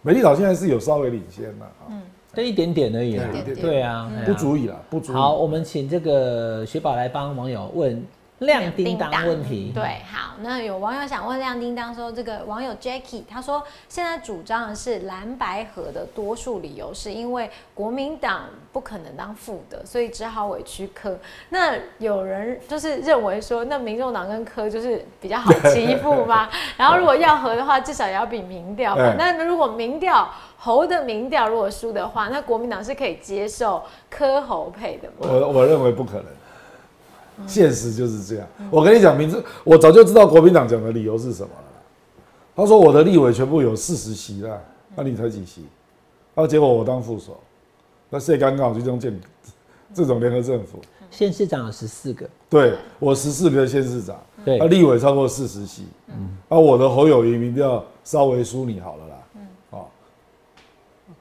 S4: 美丽岛现在是有稍微领先了，嗯，
S2: 这一点点而已啦
S4: 一点，点
S2: 对啊，哎呀
S4: 不足以啦，不足以。
S2: 好，，我们请这个雪宝来帮网友问亮叮当问题。
S3: 对，好，那有网友想问亮叮当说，这个网友 Jackie 他说，现在主张的是蓝白河的多数理由是因为国民党不可能当副的，所以只好委屈柯。那有人就是认为说，那民众党跟柯就是比较好欺负 吗？然后如果要和的话，至少也要比民调嘛
S4: 对。
S3: 那如果民调侯的民调如果输的话，那国民党是可以接受柯侯配的吗？
S4: 我我认为不可能，现实就是这样。我跟你讲，民主，我早就知道国民党讲的理由是什么了啦。他说我的立委全部有四十席啦，那、你才几席？然后结果我当副手，那谁敢搞这种建这种联合政府？
S2: 县市长有十四个，
S4: 对我十四个县市长，
S2: 对
S4: 那、立委超过四十席，嗯，啊，我的侯友谊民调稍微输你好了啦，嗯，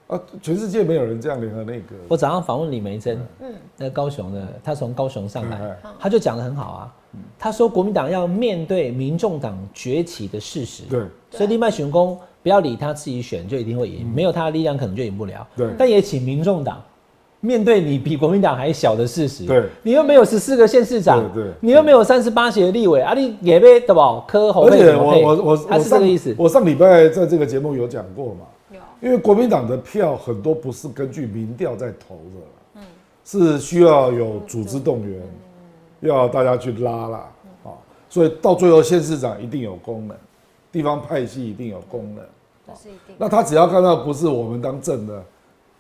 S4: 啊，全世界没有人这样联合内阁，
S2: 我早上访问李梅珍，嗯，那高雄的，他从高雄上
S4: 嗯
S2: 来，他就讲的很好啊。他说国民党要面对民众党崛起的事实，
S4: 对，
S2: 所以另外选工不要理他自己选就一定会赢，没有他的力量可能就赢不了。
S4: 嗯对
S2: 但也请民众党面对你比国民党还小的事实，
S4: 对
S2: 你又没有十四个县市长，
S4: 对对
S2: 你又没有三十八席的立委，啊，你也被对吧？柯侯
S4: 而
S2: 配
S4: 且
S2: 怎么
S4: 我
S2: 配
S4: 我我
S2: 他
S4: 我
S2: 是这
S4: 上
S2: 个意思，
S4: 我上礼拜在这个节目有讲过嘛，
S3: 有
S4: 因为国民党的票很多不是根据民调在投的啦，是需要有组织动员，要大家去拉啦，啊，所以到最后县市长一定有功能，地方派系一定有功能，
S3: 这是一定。
S4: 那他只要看到不是我们当政的，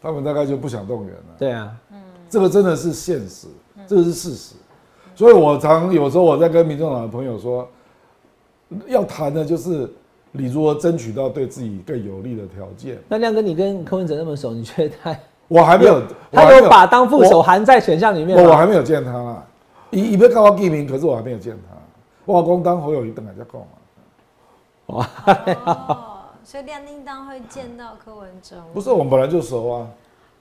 S4: 他们大概就不想动员了。
S2: 对啊，
S4: 这个真的是现实，
S3: 嗯
S4: 这个是事实。所以我常有时候我在跟民众党的朋友说，要谈的就是你如何争取到对自己更有利的条件。
S2: 那亮哥，你跟柯文哲那么熟，你觉得他
S4: 我还没有，我还
S2: 他
S4: 没
S2: 有把当副手含在选项里面
S4: 我我
S2: 吗？
S4: 还没有见他啦。一一被告到记名，可是我还没有见他。我公当侯友谊等下再讲嘛，
S3: 哦，所以亮叮当会见到柯文哲吗
S4: 不是我们本来就熟啊，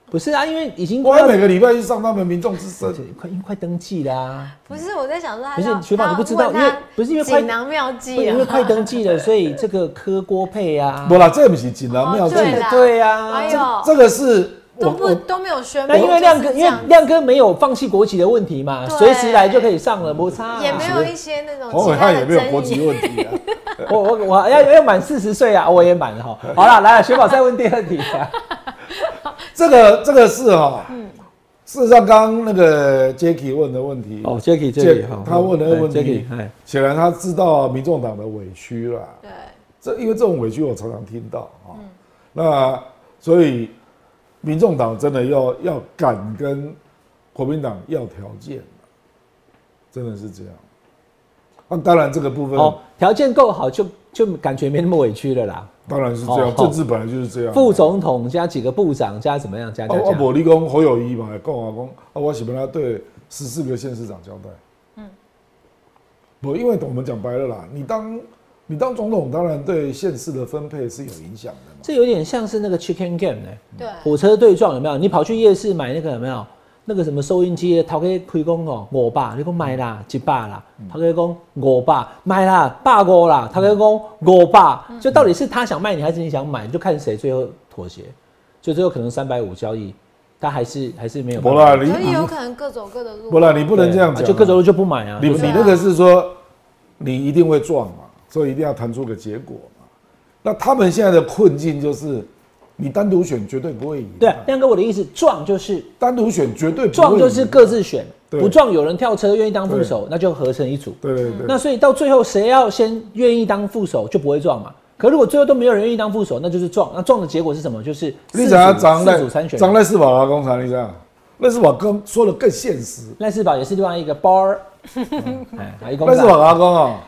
S2: 不是啊，因为已经
S4: 我
S2: 快
S4: 还
S2: 要
S4: 每个礼拜去上他们民众之声。
S3: 哦
S2: 快已经快登记啊啦、
S3: 不是，我在想说他
S2: 不是
S3: 要
S2: 雪宝
S3: 他
S2: 你不知道
S3: 问他
S2: 因为不是因为快
S3: 锦囊妙
S2: 不
S3: 计
S2: 因
S3: 啊
S2: 为，快登记了，所以这个柯郭配啊
S4: 不，啦，这不是锦囊妙计，
S3: 哦对啦
S2: 对啊，
S3: 哎呦，
S4: 这个是我
S3: 都不
S4: 我
S3: 都没有宣布，
S2: 那因为亮
S3: 就
S2: 哥，
S3: 是这
S2: 因为
S3: 样
S2: 亮哥没有放弃国籍的问题嘛，
S3: 对
S2: 随时来就可以上了，啊摩擦、
S3: 也没有一些那种
S4: 黄
S3: 其
S4: 伟
S3: 他
S4: 汉也
S3: 的
S4: 没有国
S3: 争
S4: 籍
S3: 议。
S4: 问题啊。
S2: 我我我要要满四十岁啊，我也满了哈。好了，来了，雪宝再问第二题 啊。
S4: 这个这个是哈、事实上刚刚那个 Jacky 问的问题，
S2: 哦，Jacky
S4: 这里哈他问了个问题
S2: 哎，
S4: 显然他知道民众党的委屈啦。
S3: 对，
S4: 这因为这种委屈我常常听到啊、那所以民众党真的要要敢跟国民党要条件，真的是这样。那、当然这个部分、
S2: 哦，条件够好就就感觉没那么委屈了啦。
S4: 当然是这样，
S2: 哦
S4: 政治本来就是这样。
S2: 副总统加几个部长加怎么样加加
S4: 啊，
S2: 加
S4: 啊，，无你讲侯友谊嘛，讲啊讲，啊，我是不是要对十四个县市长交代？嗯，不，因为我们讲白了啦，你当你当总统，当然对县市的分配是有影响的嘛。
S2: 这有点像是那个 Chicken Game 呢、
S3: 对
S2: 火车对撞有没有？你跑去夜市买那个有没有？那个什么收音机的，头家开讲哦，五百，你讲卖啦，一百啦，
S4: 嗯
S2: 头家讲五百，卖啦，百五啦，头家讲五百，就到底是他想卖你还是你想买，你就看谁最后妥协，就最后可能三百五交易，他还是还是没有办
S4: 不
S2: 法。
S4: 啦，
S2: 对，
S4: 你
S5: 所以哦有可能各走各的路。
S4: 不啦，你不能这样讲啊、
S2: 就各种路就不买啊。
S4: 你
S2: 就是
S4: 你那个是说，你一定会撞嘛，所以一定要谈出个结果嘛。那他们现在的困境就是，你单独选绝对不会赢，
S2: 对，啊亮哥，我的意思撞就是
S4: 单独选绝对不会赢
S2: 撞就是各自选，
S4: 对
S2: 不撞有人跳车愿意当副手，那就合成一组。
S4: 对对对，
S2: 那所以到最后谁要先愿意当副手就不会撞嘛。可如果最后都没有人愿意当副手，那就是撞。那撞的结果是什么？就是四
S4: 你
S2: 组
S4: 想要张
S2: 四
S4: 赖
S2: 组参选。
S4: 张赖世宝劳工厂，啊你这样，赖世宝更说的更现实，
S2: 赖世宝也是另外一个包 儿，哎，还一公
S4: 赖世
S2: 大
S4: 宝劳工啊，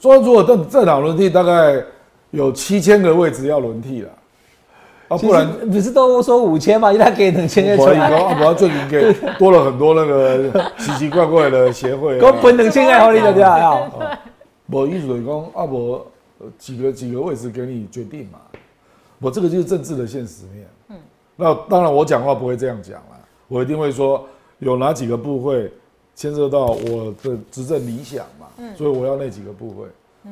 S4: 说如果政政党轮替，大概有七千个位置要轮替了，啊，
S2: 其实
S4: 不然
S2: 不是都说五千嘛，一他给两千啊就出
S4: 我
S2: 来，
S4: 我啊我最近给多了很多那个 奇奇怪怪的协 会、
S2: 给我
S4: 啊，
S2: 分两千爱好你就对了。哦
S4: 我意思就是讲啊，我呃几个几个位置给你决定嘛，我这个就是政治的现实面。嗯，那当然我讲话不会这样讲啦，我一定会说有哪几个部会牵涉到我的执政理想嘛，所以我要那几个部会，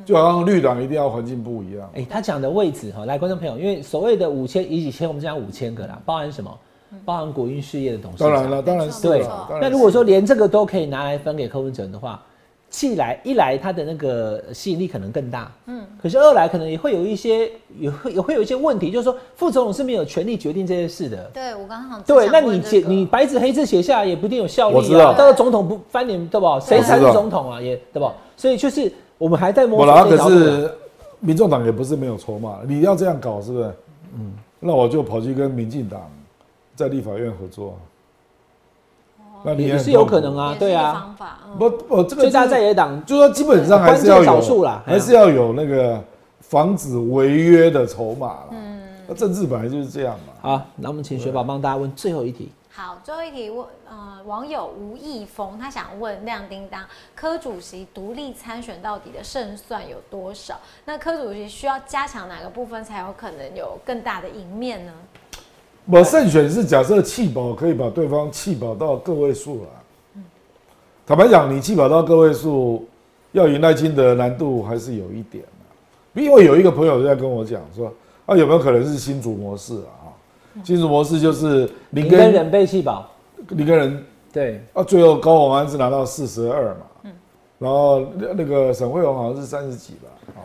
S4: 就好像绿党一定要环境部一样。
S2: 哎、他讲的位置哈，来观众朋友，因为所谓的五千以几千，我们讲五千个啦，包含什么？包含国营事业的董事长。
S4: 当然了，当然是
S2: 对
S4: 了。当
S2: 那
S4: 然是
S2: 如果说连这个都可以拿来分给柯文哲的话，既来一来他的那个吸引力可能更大，嗯，可是二来可能也会有一些也会也会有一些问题，就是说副总统是没有权利决定这些事的。
S5: 对我刚刚好
S2: 对，
S5: 只
S2: 那
S5: 想
S2: 你
S5: 问这
S2: 写
S5: 个
S2: 你白纸黑字写下来也不一定有效力
S4: 我知
S2: 啊。
S4: 道
S2: 到时候总统不翻脸，对吧？谁才是
S4: 我知道
S2: 总统啊？也对吧？所以就是我们还在摸
S4: 我
S2: 索
S4: 啦，
S2: 这
S4: 可
S2: 条路啊。
S4: 是民众党也不是没有筹码，你要这样搞是不是？嗯，那我就跑去跟民进党在立法院合作。啊那
S2: 哦也
S4: 很
S2: 是有
S4: 痛苦
S2: 可能啊
S5: 也是
S2: 对
S5: 一个
S2: 啊
S5: 方法，嗯
S4: 不，我这个
S2: 最大
S4: 就是
S2: 在野党
S4: 就说基本上还是要
S2: 关键少数
S4: 有
S2: 啦哎
S4: 还是要有那个防止违约的筹码啦。
S2: 嗯
S4: 那政治本来就是这样嘛。
S2: 好，那我们请雪宝帮大家问最后一题。
S5: 好，最后一题问呃网友吴义峰，他想问亮叮当柯主席独立参选到底的胜算有多少？那柯主席需要加强哪个部分才有可能有更大的赢面呢？
S4: 我胜选是假设弃保可以把对方弃保到个位数了。坦白讲，你弃保到个位数，要赢赖清德难度还是有一点啊因为有一个朋友在跟我讲说，啊有没有可能是新竹模式啊？新竹模式就是
S2: 林
S4: 林
S2: 根
S4: 根
S2: 嗯人被弃保，
S4: 林根人
S2: 对，
S4: 啊，最后高鸿安是拿到四十二嘛，
S2: 嗯
S4: 然后那那个沈惠宏好像是三十几吧，啊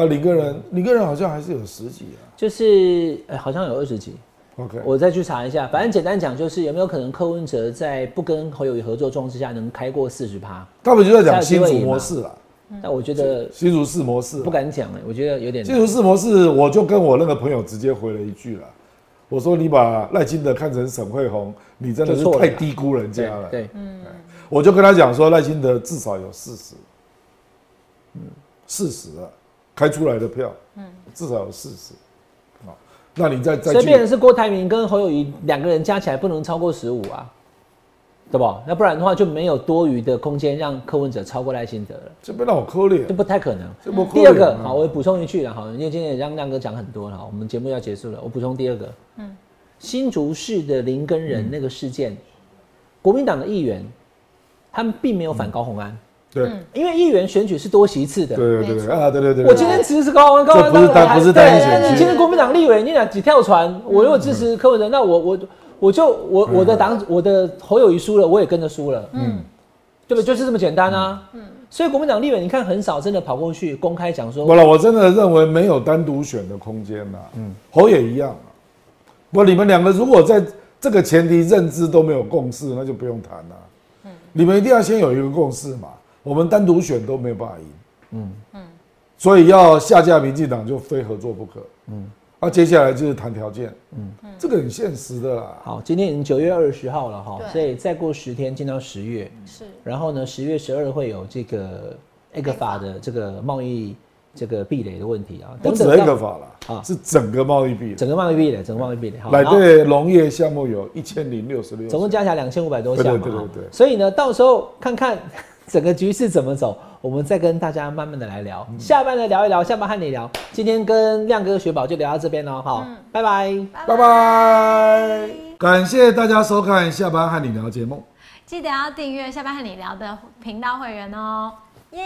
S4: 啊林根人林根人好像还是有十几啊
S2: 就是、呃好像有二十几，
S4: ，OK，
S2: 我再去查一下。反正简单讲，就是有没有可能柯文哲在不跟侯友谊合作状况之下能开过四十趴？
S4: 他们就在讲
S2: 下一
S4: 新
S2: 位
S4: 竹
S2: 赢
S4: 模
S2: 嘛
S4: 式啦，
S2: 但我觉得
S4: 新竹市模式啦
S2: 不敢讲欸了，我觉得有点
S4: 新竹市模式，我就跟我那个朋友直接回了一句了，我说你把赖清德看成沈惠宏，你真的是
S2: 就错了
S4: 太
S2: 啦
S4: 低估人
S2: 对
S4: 家了。
S2: 对，
S4: 我就跟他讲说，赖清德至少有四十，嗯，嗯四十啊，开出来的票，嗯，至少有四十，啊，那你再再
S2: 所以变成
S4: 去，
S2: 是郭台铭跟侯友谊两个人加起来不能超过十五啊，对吧？那不然的话就没有多余的空间让柯文哲超过赖清德了。
S4: 这边让我扣脸
S2: 这，不太可能
S4: 这不。可能
S2: 第
S4: 啊
S2: 二个，好，我补充一句了，好，因为今天也让亮哥讲很多了，我们节目要结束了，我补充第二个，嗯，新竹市的林根
S4: 嗯
S2: 人那个事件，国民党的议员，他们并没有反高鸿安，
S4: 对，
S2: 因为议员选举是多席次的。
S4: 嗯对对
S5: 没
S4: 对啊，对对对，
S2: 我今天支持高鸿安，高鸿安
S4: 这不是
S2: 当然
S4: 单
S2: 还
S4: 不是单一选嗯
S2: 对
S4: 区
S2: 今天国民党立委，你俩几跳船，我如果支持柯文哲，那我我我就我
S4: 嗯
S2: 我的党我的侯友谊输了，我也跟着输了，嗯，对不对？就是这么简单啊，嗯，所以国民党立委你看很少真的跑过去公开讲
S4: 不
S2: 说，
S4: 了，我真的认为没有单独选的空间呐、嗯，侯也一样、啊。不，你们两个如果在这个前提认知都没有共识，那就不用谈了、你们一定要先有一个共识嘛。我们单独选都没有办法赢。嗯嗯。所以要下架民进党就非合作不可。嗯。那、接下来就是谈条件。嗯。这个很现实的啦。
S2: 好，今天已经九月二十号了哈，
S5: 对
S2: 所以再过十天进到十月，
S5: 是
S2: 然后呢，十月十二会有这个 A 个法的这个贸易这个壁垒的问题啊，
S4: 不止
S2: 等
S4: 一
S2: 等
S4: 哦个
S2: 要
S4: 法啦，
S2: 啊
S4: 是整个贸易壁垒。
S2: 整个贸易壁垒，整个贸易壁垒，好
S4: 来
S2: 然后
S4: 对农业项目有一千零六十六，
S2: 总共加起来两千五百多项嘛，
S4: 对对对对对
S2: 所以呢，到时候看看整个局势怎么走。我们再跟大家慢慢的来聊。
S4: 嗯
S2: 下班来聊一聊，下班和你聊。今天跟亮哥、雪宝就聊到这边喽，
S5: 嗯
S2: 好，拜拜。
S4: 拜拜，感谢大家收看《下班和你聊》节目。
S3: 记得要订阅下班和你聊的频道会员哦，耶！